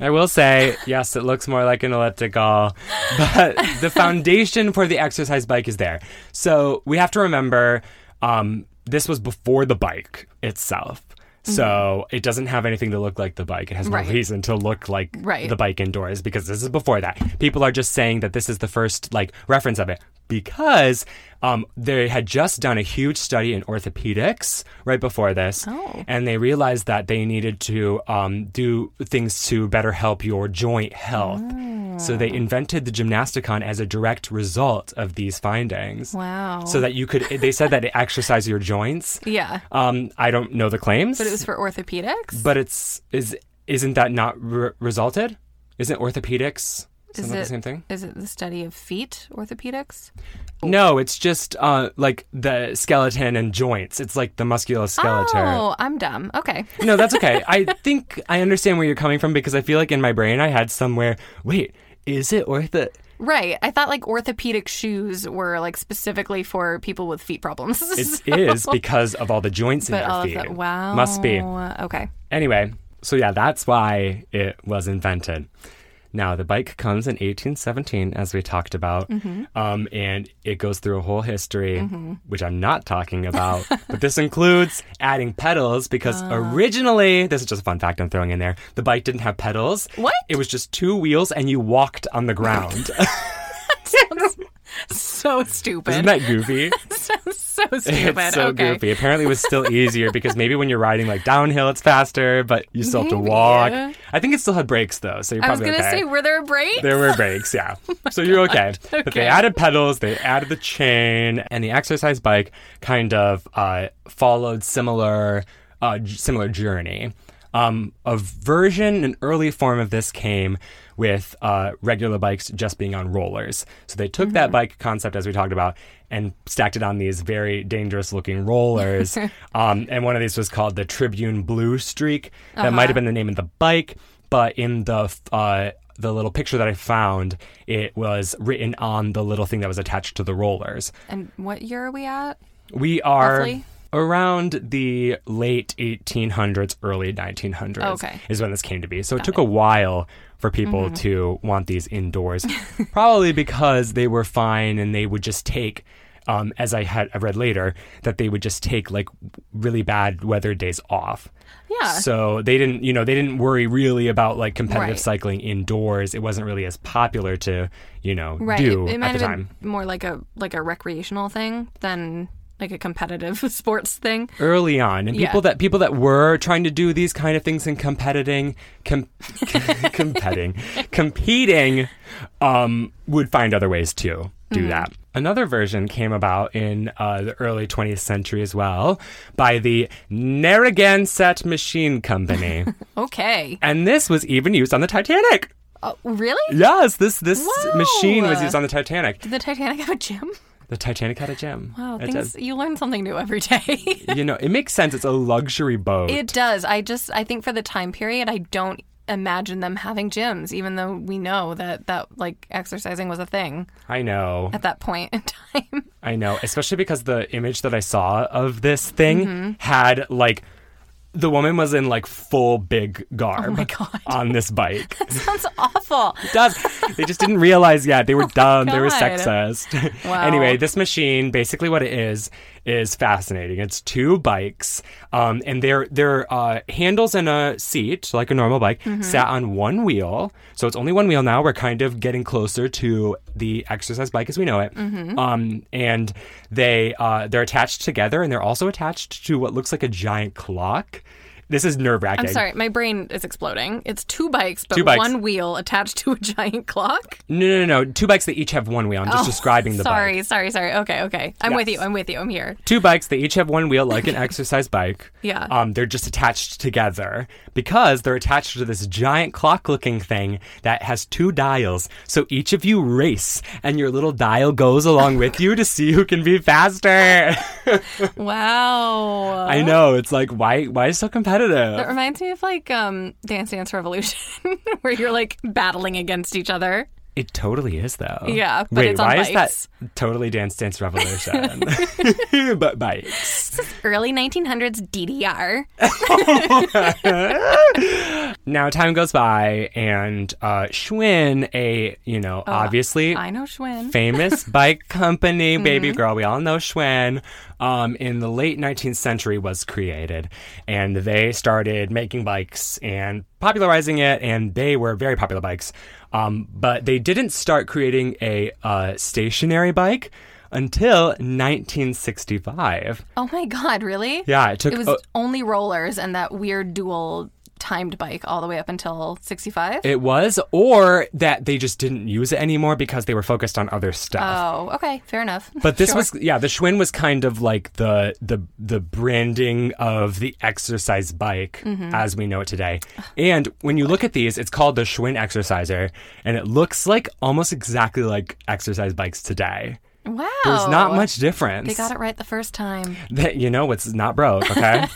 I will say, yes, it looks more like an elliptical, but the foundation for the exercise bike is there. So we have to remember um, this was before the bike itself. So it doesn't have anything to look like the bike. It has no Mm-hmm. Right. reason to look like Right. the bike indoors because this is before that. People are just saying that this is the first like reference of it because um, they had just done a huge study in orthopedics right before this, Oh. and they realized that they needed to um, do things to better help your joint health. So Ah. they invented the gymnasticon as a direct result of these findings. Wow. So that you could, they said that it exercised your joints. yeah, Um, I don't know the claims, but it was for orthopedics. but it's is isn't that not re- resulted? Isn't orthopedics Is isn't that it- the same thing? Is it the study of feet orthopedics? No, it's just uh, like the skeleton and joints. It's like the musculoskeletal. Oh, I'm dumb. Okay. [LAUGHS] No, that's okay. I think I understand where you're coming from because I feel like in my brain I had somewhere. Wait, is it ortho? Right. I thought like orthopedic shoes were like specifically for people with feet problems. It is because of all the joints in [LAUGHS] but your all of feet. that. Wow. must be. Okay. [LAUGHS] Anyway, so yeah, that's why it was invented. Now, the bike comes in 1817, as we talked about, um, and it goes through a whole history, which I'm not talking about. but this includes adding pedals because originally, this is just a fun fact I'm throwing in there, the bike didn't have pedals. What? It was just two wheels and you walked on the ground. so [LAUGHS] stupid. Isn't that goofy? so, so [LAUGHS] stupid. It's so okay. goofy. Apparently, it was [LAUGHS] still easier because maybe when you're riding like downhill, it's faster, but you still have Maybe. to walk. I think it still had brakes though, so you're I was probably gonna okay. say, were there brakes? there were brakes, yeah. so you're okay. But Okay. they added pedals, they added the chain, and the exercise bike kind of uh, followed similar uh, j- similar journey. Um, a version, an early form of this came with uh, regular bikes just being on rollers. So they took that bike concept, as we talked about, and stacked it on these very dangerous looking rollers. um, and one of these was called the Tribune Blue Streak. That might have been the name of the bike, but in the f- uh, the little picture that I found, it was written on the little thing that was attached to the rollers. And what year are we at? We are Roughly? around the late 1800s, early 1900s Oh, Okay. Mm-hmm. is when this came to be. So it took a while for people to want these [LAUGHS] indoors, probably because they were fine and they would just take. Um, as I had I read later, that they would just take like really bad weather days off. Yeah. So they didn't, you know, they didn't worry really about like competitive Right. cycling indoors. It wasn't really as popular to, you know, Right. do it, it might at the have time. been more like a like a recreational thing than like a competitive [LAUGHS] sports thing. early on and Yeah. people that people that were trying to do these kind of things and competing com- [LAUGHS] competing competing um, would find other ways to do Mm-hmm. that another version came about in uh, the early 20th century as well by the narragansett machine company [LAUGHS] Okay. and this was even used on the titanic Oh, really? yes this this Wow. machine was used on the titanic Did the Titanic have a gym? the titanic had a gym Wow, It [LAUGHS] things you learn something new every day. [LAUGHS] did. you know it makes sense it's a luxury boat It does. I just I think for the time period, I don't imagine them having gyms, even though we know that that like exercising was a thing i know at that point in [LAUGHS] time. I know, especially because the image that I saw of this thing had like the woman was in like full big garb God. on this bike. It Sounds awful. does they just didn't realize yet they [LAUGHS] were dumb, they were Oh God. sexist. [LAUGHS] Wow. anyway, this machine, basically what it is, is fascinating. It's two bikes, um, and their their uh, handles and a seat, like a normal bike, Mm-hmm. sat on one wheel. So it's only one wheel now. We're kind of getting closer to the exercise bike as we know it. Mm-hmm. Um, and they uh, they're attached together, and they're also attached to what looks like a giant clock. This is nerve wracking. I'm sorry, my brain is exploding. It's two bikes, but Two bikes. one wheel attached to a [LAUGHS] giant clock. No, no, no, no. Two bikes that each have one wheel. I'm just Oh, describing the bike. sorry, sorry, sorry. Okay, okay. I'm with Yes. you. I'm with you. I'm here. two bikes. They each have one wheel, [LAUGHS] like an exercise bike. Yeah. Um, they're just attached together because they're attached to this giant clock-looking thing that has two dials. So each of you race, and your little dial goes [LAUGHS] along with you to see who can be faster. [LAUGHS] Wow. I know it's like why why so competitive? It reminds me of like um, Dance Dance Revolution, [LAUGHS] where you're like battling against each other. It totally is though. Yeah, but Wait, it's on why is bikes. that totally Dance Dance [LAUGHS] Revolution? [LAUGHS] but bikes. Early 1900s DDR. Now time goes by, and uh, Schwinn, a you know obviously Oh, I know Schwinn. famous bike company, baby girl. We all know Schwinn. Um, in the late 19th century was created, and they started making bikes and popularizing it, and they were very popular bikes. Um, but they didn't start creating a uh, stationary bike until 1965. Oh my god, really? Yeah, it took. It was uh, only rollers and that weird dual timed bike all the way up until 65. it was, or that they just didn't use it anymore because they were focused on other stuff. oh, okay, fair enough. But this Sure. was yeah, the Schwinn was kind of like the the the branding of the exercise bike Mm-hmm. as we know it today. And when you look at these, it's called the Schwinn Exerciser, and it looks like almost exactly like exercise bikes today. wow. There's not much difference. Oh. They got it right the first time. That you know what's not broke, [LAUGHS] okay?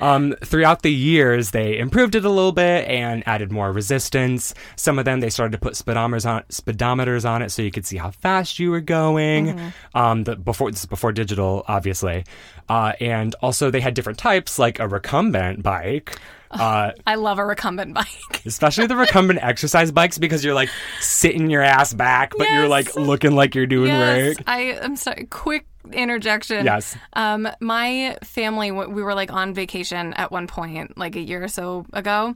um, throughout the years, they improved it a little bit and added more resistance. Some of them they started to put speedometers on speedometers on it so you could see how fast you were going. Mm-hmm. Um, the, before this is before digital, obviously, uh, and also they had different types like a recumbent bike. Uh, I love a recumbent [LAUGHS] bike. especially the [LAUGHS] recumbent exercise bikes because you're like sitting your ass back, but you're like Yes. looking like you're doing yes, work. [LAUGHS] I am sorry. Quick interjection. Yes. Um, my family, w- we were like on vacation at one point, like a year or so ago.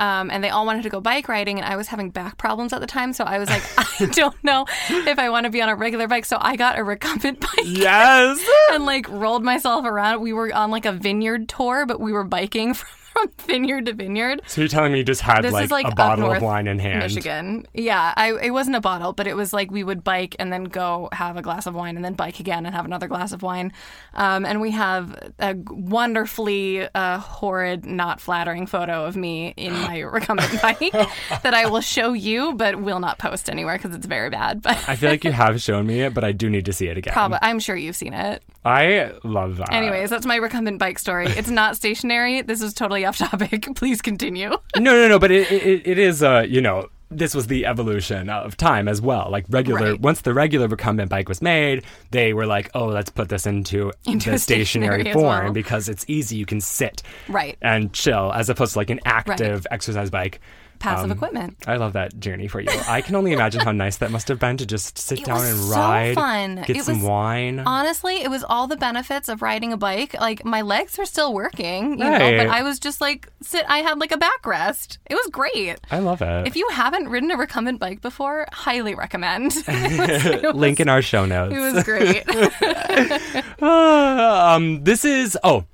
Um, and they all wanted to go bike riding, and I was having back problems at the time, so I was like, [LAUGHS] I don't know if I want to be on a regular bike. So I got a recumbent [LAUGHS] bike Yes. and like rolled myself around. We were on like a vineyard tour, but we were biking [LAUGHS] from, from vineyard to vineyard. So you're telling me you just had This like, is like a up bottle north of wine in hand. Michigan. Yeah, I, it wasn't a bottle, but it was like we would bike and then go have a glass of wine and then bike again and have another glass of wine. Um, and we have a wonderfully uh, horrid, not flattering photo of me [GASPS] in my recumbent [LAUGHS] bike that I will show you, but will not post anywhere because it's very bad. But [LAUGHS] I feel like you have shown me it, but I do need to see it again. probably, I'm sure you've seen it. I love that. Anyways, that's my recumbent bike story. It's not stationary. This is totally off topic. [LAUGHS] Please continue. No, no, no. But it, it, it is, uh, you know, this was the evolution of time as well. Like regular, Right. once the regular recumbent bike was made, they were like, oh, let's put this into, [LAUGHS] Into the a stationary stationary as form well. because it's easy. You can sit Right. and chill as opposed to like an active exercise bike. Passive Um, equipment. I love that journey for you. I can only imagine how nice that must have been to just sit It down was and so ride, fun. get It some was wine. Honestly, it was all the benefits of riding a bike. Like my legs were still working, you know, Right. but I was just like sit I had like a backrest. It was great. I love it. If you haven't ridden a recumbent bike before, highly recommend. [LAUGHS] it Link [LAUGHS] in our show notes. was great. [LAUGHS] Ah, [LAUGHS] um, this is oh,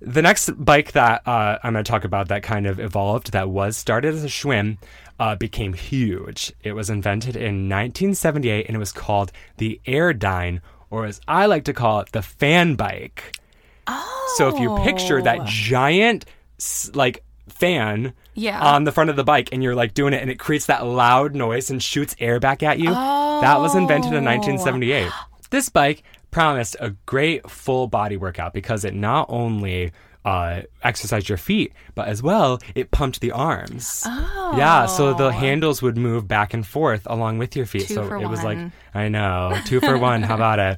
the next bike that uh, I'm going to talk about that kind of evolved that was started as a Schwinn uh, became huge. It was invented in 1978 and it was called the Airdyne, or as I like to call it, the fan bike. Oh. So if you picture that giant s- like fan. Yeah. On the front of the bike, and you're like doing it, and it creates that loud noise and shoots air back at you. That was invented in 1978. This bike promised a great full body workout because it not only uh, exercised your feet, but as well, it pumped the arms. Oh. Yeah, so the handles would move back and forth along with your feet. Two so for it was like, one. I know, two for one. How about [LAUGHS] it?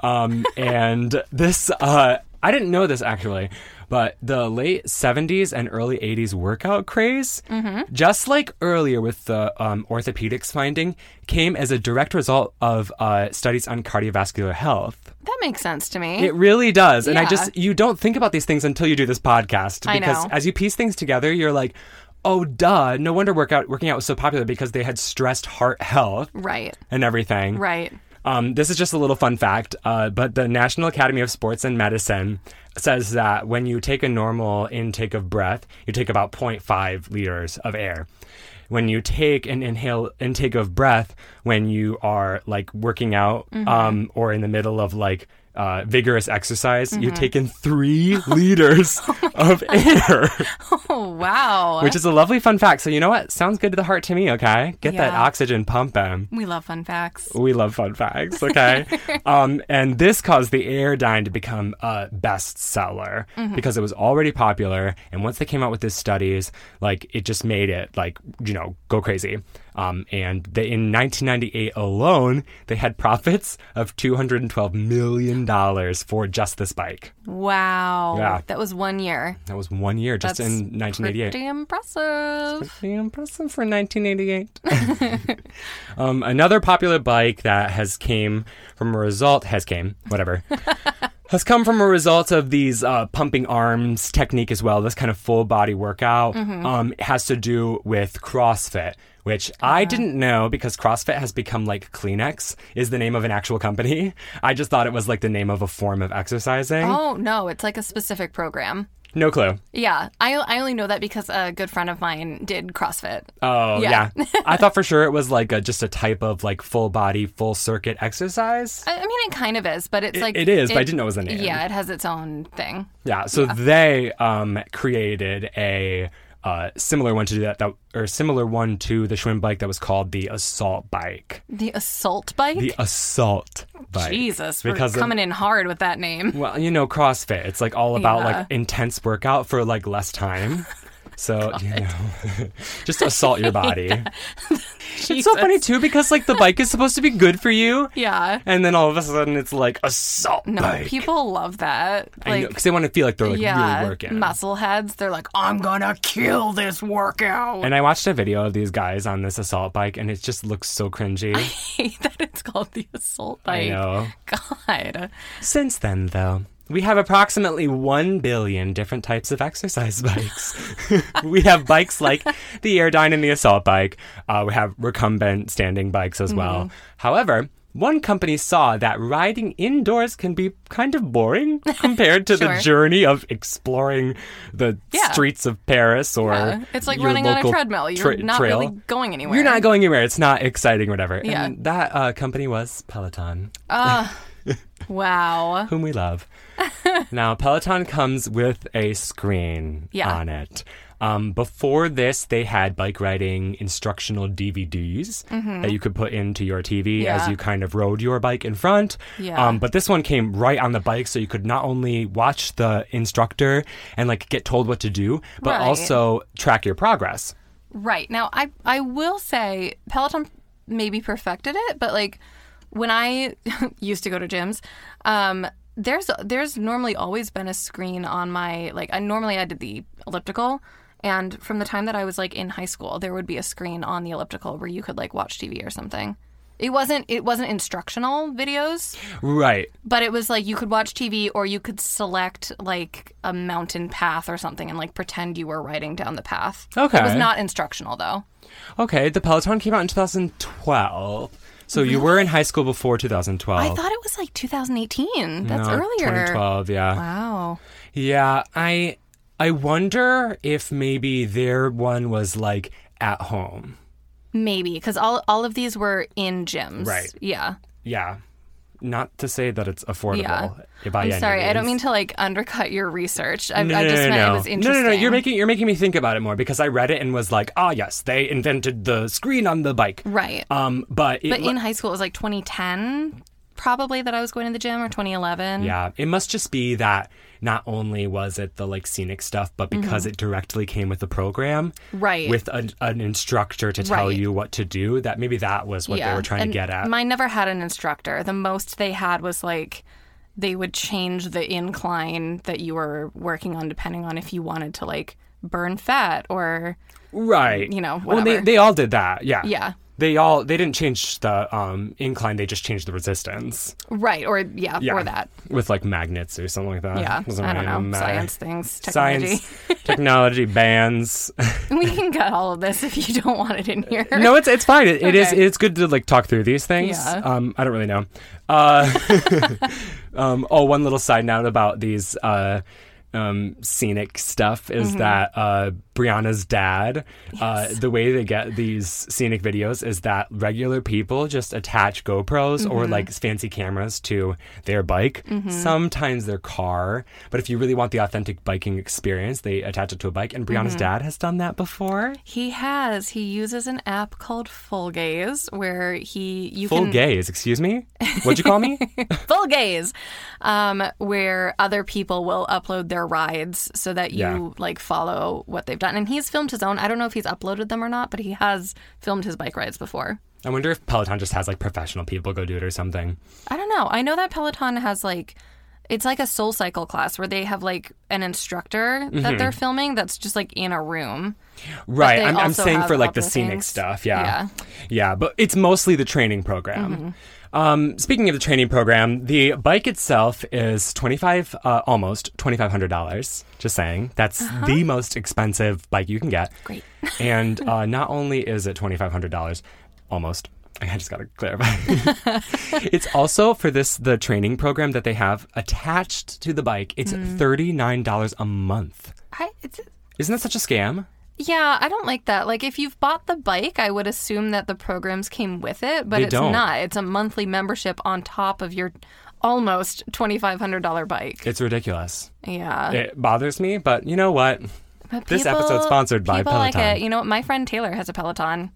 Um, and this, uh, I didn't know this actually, but the late 70s and early 80s workout craze, Mm-hmm. just like earlier with the um, orthopedics finding, came as a direct result of uh, studies on cardiovascular health. that makes sense to me. It really does. And I Mm. Yeah. just, you don't think about these things until you do this podcast. I Because know. as you piece things together, you're like, oh, duh, no wonder workout, working out was so popular because they had stressed heart health right. and everything. Right. Um, this is just a little fun fact, uh, but the National Academy of Sports and Medicine says that when you take a normal intake of breath, you take about 0.5 liters of air. When you take an inhale intake of breath when you are like working out Mm-hmm. um, or in the middle of like uh, vigorous exercise, you Mm-hmm. take in [LAUGHS] three liters [LAUGHS] of air, Oh wow. which is a lovely fun fact. So you know what? Sounds good to the heart to me. Okay, get that Yeah. oxygen pumping. we love fun facts. We love fun facts, [LAUGHS] okay? um, and this caused the Airdyne to become a bestseller Mm-hmm. because it was already popular. And once they came out with these studies, like it just made it like you know go crazy. Um, and they, in 1998 alone, they had profits of 212 million dollars for just this bike. Wow. Yeah. That was one year. That was one year, just That's in 1988. Pretty impressive. Pretty impressive for 1988. [LAUGHS] um, another popular bike that has came from a result has came whatever has come from a result of these uh, pumping arms technique as well. This kind of full body workout um, it has to do with CrossFit. Which I didn't know because CrossFit has become like Kleenex is the name of an actual company. [LAUGHS] I just thought it was like the name of a form of exercising. Oh no, it's like a specific program. No clue. Yeah, I, I only know that because a good friend of mine did CrossFit. Oh yeah, Yeah. I thought for sure it was like a, just a type of like full body, full circuit exercise. I, I mean, it kind of is, but it's like it is, but I didn't know it was a name. Yeah, it has its own thing. Yeah, so they um, created a uh, similar one to do that, that, or similar one to the Schwinn bike that was called the assault bike. The assault bike. The assault bike. Jesus, because we're coming in hard with that name. Well, you know, CrossFit. It's like all about Yeah. like intense workout for like less [LAUGHS] time. So you know, [LAUGHS] just assault your [LAUGHS] body. [LAUGHS] It's so funny too because like the bike is supposed to be good for you, Yeah. and then all of a sudden it's like assault [LAUGHS] No, bike. people love that. Like, because they want to feel like they're like yeah, really working. muscle heads. They're like, oh, I'm gonna kill this workout. And I watched a video of these guys on this assault bike, and it just looks so cringy. [LAUGHS] I hate that it's called the assault I bike. know. God. Since then, though, We have approximately 1 billion different types of exercise [LAUGHS] bikes. we have bikes like the Airdyne and the Assault bike. Uh, we have recumbent standing bikes as well. Mm-hmm. However, one company saw that riding indoors can be kind of [LAUGHS] boring compared to the Sure. journey of exploring the Yeah. streets of Paris or Uh, it's like Er, your running on a local treadmill. You're tra- not trail. really going anywhere. You're not going anywhere. It's not exciting, whatever. Yeah. And that uh, company was Peloton, Wow. whom we [LAUGHS] love. now, Peloton comes with a screen Yeah. on it. Um, before this, they had bike riding instructional DVDs that you could put into your TV as Mm-hmm. Yeah. you kind of rode your bike in front. Yeah. Um, but this one came right on the bike, so you could not only watch the instructor and like get told what to do, but Right. also track your progress. Right. Now, I I will say Peloton maybe perfected it, but like when I [LAUGHS] used to go to gyms, um there's there's normally always been a screen on my like I normally I did the elliptical and from the time that I was like in high school, there would be a screen on the elliptical where you could like watch TV or something. It wasn't it wasn't instructional videos, Right. but it was like you could watch TV or you could select like a mountain path or something and like pretend you were riding down the path. It was Okay. not instructional though. Okay, the Peloton came out in 2012. So you were in high school before 2012. Mm-hmm. I thought it was like 2018. That's No, earlier. 2012, yeah. Wow. Yeah, I I wonder if maybe their one was like at home. Maybe because all all of these were in gyms. Right. Yeah. Yeah. Not to say that it's affordable Yeah. by I'm any sorry. I don't means. mean to like undercut your research. I, No, I no, just no, meant no. it was No, interesting. no, no. You're making you're making me think about it more because I read it and was like, ah, yes, they invented the screen on the bike. right. Um, but it but lo- in high school, it was like 2010, probably that I was going to the gym, or 2011. Yeah, it must just be that not only was it the like scenic stuff, but because it directly came with the program, Mm-hmm. Right. With an, an instructor to tell Right. you what to do. That maybe that was what they were trying and to get at. Mine never had an instructor. The most they had was like they would change the incline that you were working on depending on if you wanted to like burn fat or right. you know, Well, they whatever. they all did that. Yeah. Yeah. They all they didn't change the um, incline. They just changed the resistance. right or yeah, Yeah. or that. with like magnets or something like that. Yeah. Doesn't I really don't know. matter. Science things, technology. [LAUGHS] Science, technology, bands. [LAUGHS] we can cut all of this if you don't want it in here. [LAUGHS] No, it's it's fine. It, it is Okay. it's good to like talk through these things. Yeah. Um, I don't really know. Uh, [LAUGHS] um, oh, one little side note about these uh, um, scenic stuff is Mm-hmm. that uh, Brianna's dad, uh, the way they get these scenic videos is that regular people just attach GoPros Mm-hmm. or like fancy cameras to their bike, sometimes their car. But if you really want the authentic biking experience, they attach it to a bike. And Brianna's Mm-hmm. dad has done that before. He has. He uses an app called Full Gaze where he you Full can gaze, excuse me? What'd you call [LAUGHS] me? full gaze um, where other people will upload their rides so that you Yeah. like follow what they've done and he's filmed his own i don't know if he's uploaded them or not but he has filmed his bike rides before I wonder if Peloton just has like professional people go do it or something. i don't know i know that peloton has like it's like a soul cycle class where they have like an instructor that Mm-hmm. they're filming that's just like in a room Right. they I'm, I'm also saying have for like the other scenic things. stuff. Yeah. Yeah. Mm-hmm. yeah. But it's mostly the training program. Um, speaking of the training program, the bike itself is 25 uh, almost $2,500. Just saying. That's the most expensive bike you can get. Uh-huh. Great. and uh, not only is it $2,500 almost. I just got to clarify. [LAUGHS] it's also for this the training program that they have attached to the bike. It's $39 a month. I, it's, Isn't that such a scam? yeah i don't like that like if you've bought the bike i would assume that the programs came with it but They it's don't. not it's a monthly membership on top of your almost $2500 bike It's ridiculous. yeah It bothers me, but you know what? But This episode's sponsored by people Like Peloton. it. You know, what? my friend Taylor has a Peloton.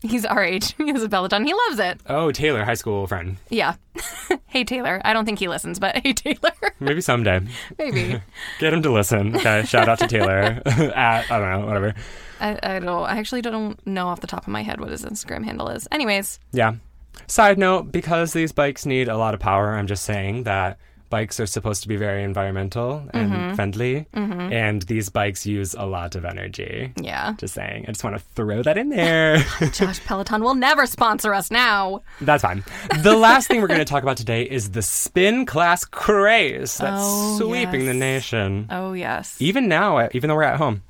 He's our age. [LAUGHS] He has a Peloton. He loves it. Oh, Taylor, high school friend. Yeah. [LAUGHS] hey Taylor. I don't think he listens, but [LAUGHS] hey Taylor, Maybe someday. [LAUGHS] maybe. Get him to listen. Okay, shout out to Taylor [LAUGHS] at, I don't know, whatever. I, I don't. I actually don't know off the top of my head what his Instagram handle is. Anyways, Yeah. Side note because these bikes need a lot of power, I'm just saying that bikes are supposed to be very environmental and Mm-hmm. friendly, and these bikes use a lot of energy. Yeah. Just saying. I just want to throw that in there. [LAUGHS] [LAUGHS] Josh Peloton will never sponsor us now. That's fine. The last thing we're going to talk about today is the spin class craze that's Oh, sweeping the yes. nation. Oh, yes. Even now, even though we're at home.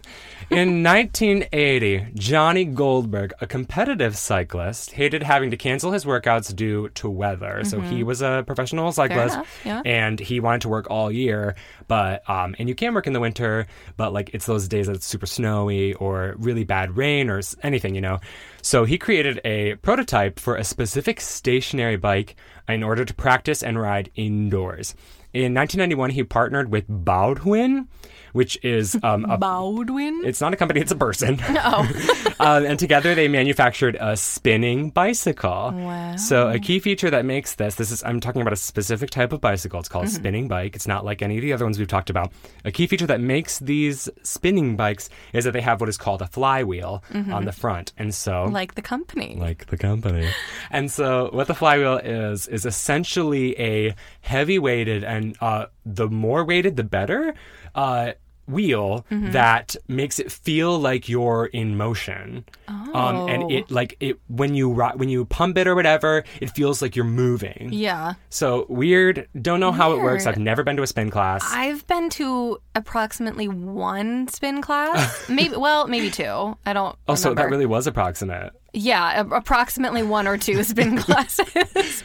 In 1980, Johnny Goldberg, a competitive cyclist, hated having to cancel his workouts due to weather. So he was a professional cyclist enough, yeah. and he wanted to work all year, but um and you can work in the winter, but like it's those days that it's super snowy or really bad rain or s- anything, you know. So he created a prototype for a specific stationary bike in order to practice and ride indoors. In 1991, he partnered with Baudwin, which is um, a Baldwin? it's not a company, it's a person. No. [LAUGHS] um, and together they manufactured a spinning bicycle. Wow. So a key feature that makes this, this is I'm talking about a specific type of bicycle. It's called a spinning bike. It's not like any of the other ones we've talked about. A key feature that makes these spinning bikes is that they have what is called a flywheel on the front. And so like the company. like the company. and so, what the flywheel is is essentially a heavy weighted and uh, the more weighted, the better. Uh, wheel Mm-hmm. that makes it feel like you're in motion um and it Oh. like it when you ri- when you pump it or whatever it feels like you're moving yeah. so weird don't know how it works Weird. i've never been to a spin class I've been to approximately one spin [LAUGHS] class. maybe, well, maybe two. I don't. oh so that remember. really was approximate Yeah, a- approximately one or two [LAUGHS] spin classes.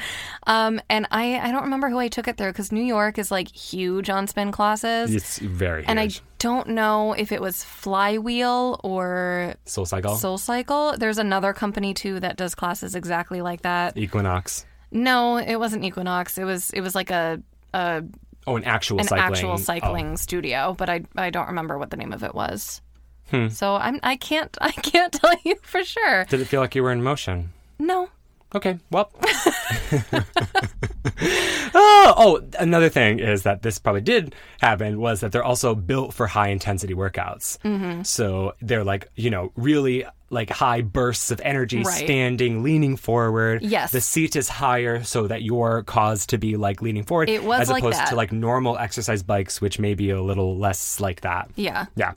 Um, and I, I don't remember who I took it through because New York is like huge on spin classes. it's very and I huge. don't know if it was Flywheel or soul cycle Soul Cycle. There's another company too that does classes exactly like that. equinox No, it wasn't Equinox. It was it was like a, a oh an actual an cycling actual Oh. cycling studio, but I I don't remember what the name of it was. Hmm. So I'm I can't [LAUGHS] I can't tell you for sure. did it feel like you were in motion No. Okay, [LAUGHS] well. [LAUGHS] oh, oh, another thing is that this probably did happen was that they're also built for high intensity workouts. Mm-hmm. So they're like, you know, really like high bursts of energy, Right. standing, leaning forward. Yes. The seat is higher so that you're caused to be like leaning forward It was as like opposed that. to like normal exercise bikes, which may be a little less like that. Yeah. Yeah.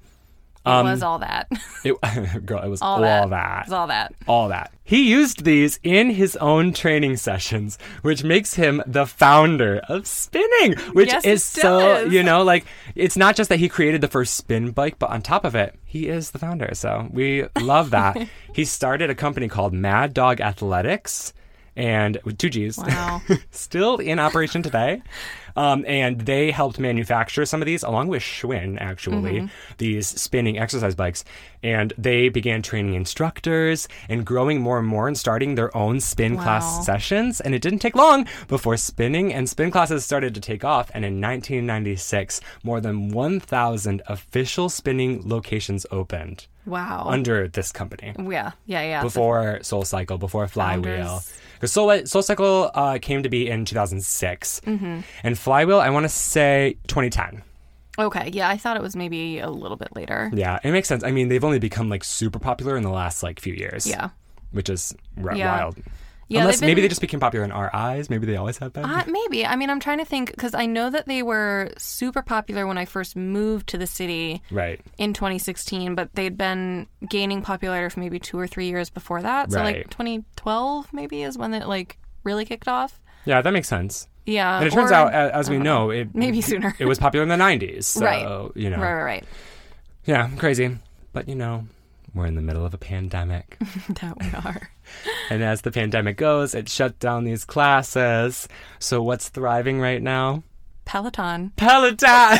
It was all that. [LAUGHS] It It, [LAUGHS] girl, it was all, that was all that. all that. He used these in his own training sessions, which makes him the founder of spinning, which Yes, is it so, does. you know, like it's not just that he created the first spin bike, but on top of it, he is the founder. So we love [LAUGHS] that. he started a company called Mad Dog Athletics and with two G's. Wow. [LAUGHS] Still in operation today. Um, and they helped manufacture some of these along with Schwinn, actually, Mm-hmm. these spinning exercise bikes. And they began training instructors and growing more and more and starting their own spin Wow. class sessions. And it didn't take long before spinning and spin classes started to take off. And in 1996, more than 1,000 official spinning locations opened Wow. under this company yeah. Yeah. Yeah. before Soul Cycle, before Flywheel. Founders. Because Soul, Soul Cycle uh, came to be in 2006. Mm-hmm. And Flywheel, I want to say 2010. Okay. Yeah. I thought it was maybe a little bit later. Yeah, it makes sense. I mean, they've only become like super popular in the last like few years. Yeah. Which is r- Yeah. wild. Yeah, Unless they've maybe been- they just became popular in our eyes. Maybe they always have been. Uh, maybe. I mean, I'm trying to think because I know that they were super popular when I first moved to the city right. in 2016, but they'd been gaining popularity for maybe two or three years before that. So, like Right. 2012 maybe is when it like really kicked off. Yeah, that makes sense. Yeah. And it turns Uh, or- uh, out, uh, a- as we [LAUGHS] know, it Maybe sooner. it was popular in the 90s. So, Right. you know. Right, right, right. [LAUGHS] Yeah, crazy. But, you know, we're in the middle of a [LAUGHS] pandemic. That we are. And as the pandemic goes, it shut down these classes. So what's thriving right now? Peloton. Peloton!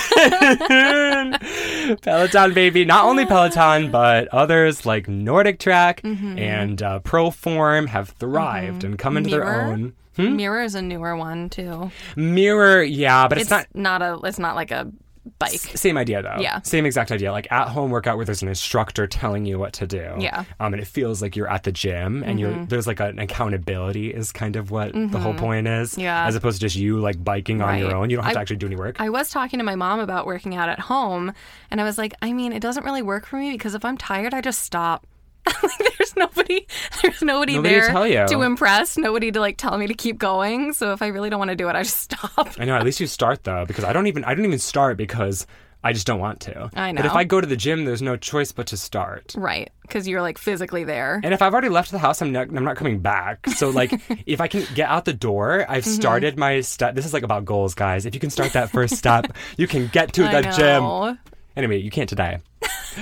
[LAUGHS] Peloton, baby. Not only Ah. Peloton, but others like Nordic Track Mm-hmm. and uh, Proform have thrived and come into their Mirror? own. Mirror is a newer one too. Mirror, yeah, but it's, It's not. not, a. It's not like a bike. Same idea though. Yeah. Same exact idea. Like at home workout where there's an instructor telling you what to do. Yeah. Mm-hmm. Um, and it feels like you're at the gym and you're there's like an accountability is kind of what the whole point is. Yeah. As opposed to just you like biking on your Right. own. You don't have to I- actually do any work. I was talking to my mom about working out at home, and I was like, I mean, it doesn't really work for me because if I'm tired, I just stop. [LAUGHS] like, there's nobody, there's nobody, Nobody to there tell you. to impress. Nobody to like tell me to keep going. So if I really don't want to do it, I just [LAUGHS] stop. I know. At least you start though, because I don't even I don't even start because I just don't want to. I But if know. I go to the gym, there's no choice but to start. Right, because you're like physically there. And if I've already left the house, I'm not, I'm not coming back. So, [LAUGHS] like, if I can get out the door, I've Mm-hmm. started my step. This is like about goals, guys. If you can start that first [LAUGHS] step, you can get to I the gym. know. Anyway, you can't today.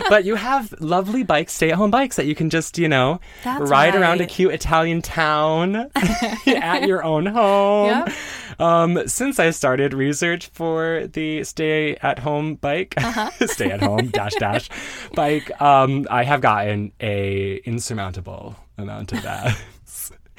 but you have lovely bikes, stay at home bikes that you can just, you know, That's ride around a right. cute Italian town [LAUGHS] at your [LAUGHS] own home. Yep. Um, since I started research for the stay at home bike, [LAUGHS] Uh-huh. stay at home dash dash bike, um, I have gotten a insurmountable amount of [LAUGHS] that.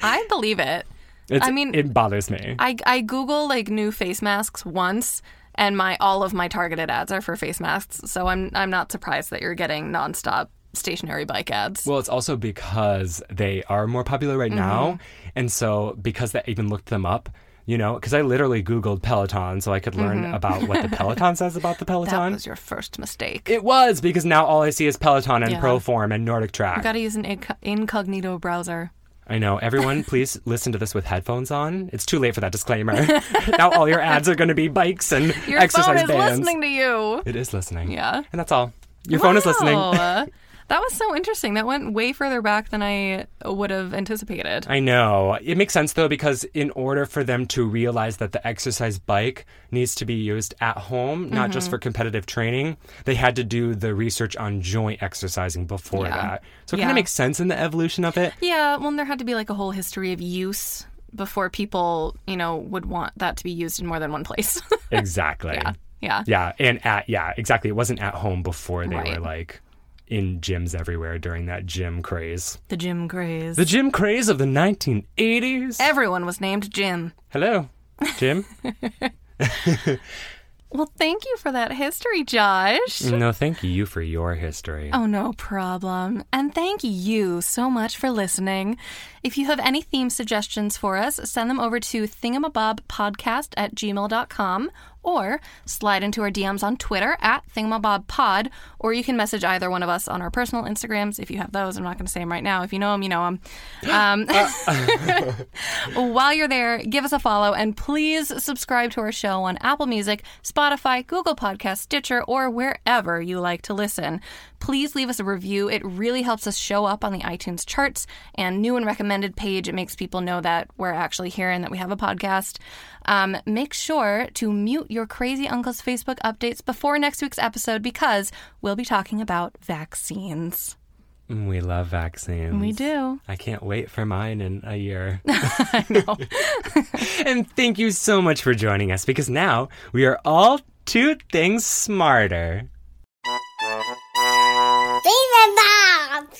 I believe it. It's, I mean- it bothers me. I, I Google like new face masks once, and my all of my targeted ads are for face masks. So I'm I'm not surprised that you're getting nonstop stationary bike ads. Well, it's also because they are more popular right now. Mm-hmm. And so, because that even looked them up, you know, because I literally Googled Peloton so I could learn about what the [LAUGHS] Peloton says about the Mm-hmm. that Peloton. was your first mistake. It was because now all I see is Peloton and Yeah. Proform and Nordic [LAUGHS] Track. Got to use an inc- incognito browser. I know. Everyone, [LAUGHS] please listen to this with headphones on. It's too late for that disclaimer. [LAUGHS] now all your ads are going to be bikes and Your phone exercise is bands. listening to you. It is listening. Yeah. And that's all. Your phone is listening. Wow. that was so interesting. That went way further back than I would have anticipated. I know. It makes sense though because in order for them to realize that the exercise bike needs to be used at home, not Mm-hmm. just for competitive training, they had to do the research on joint exercising before Yeah. that. So it kind Yeah. of makes sense in the evolution of it. Yeah, well, and there had to be like a whole history of use before people, you know, would want that to be used in more than one place. [LAUGHS] Exactly. [LAUGHS] yeah. Yeah. Yeah, and at yeah, exactly. It wasn't at home before they Right. were like in gyms everywhere during that gym craze. The gym craze. The gym craze of the 1980s. Everyone was named Jim. Hello, [LAUGHS] Jim. Well, thank you for that history, Josh. no, thank you for your history. Oh, no problem. And thank you so much for listening. If you have any theme suggestions for us, send them over to thingamabobpodcast at gmail.com or slide into our DMs on Twitter at thingamabobpod, or you can message either one of us on our personal Instagrams if you have those. I'm not going to say them right now. If you know them, you know them. Um, While you're there, give us a follow and please subscribe to our show on Apple Music, Spotify, Google Podcasts, Stitcher, or wherever you like to listen. Please leave us a review. It really helps us show up on the iTunes charts and new and recommended page. It makes people know that we're actually here and that we have a podcast. Um, make sure to mute your crazy uncle's Facebook updates before next week's episode because we'll be talking about vaccines. We love vaccines. We do. I can't wait for mine in a year. I know. [LAUGHS] and thank you so much for joining us because now we are all two things smarter. Viva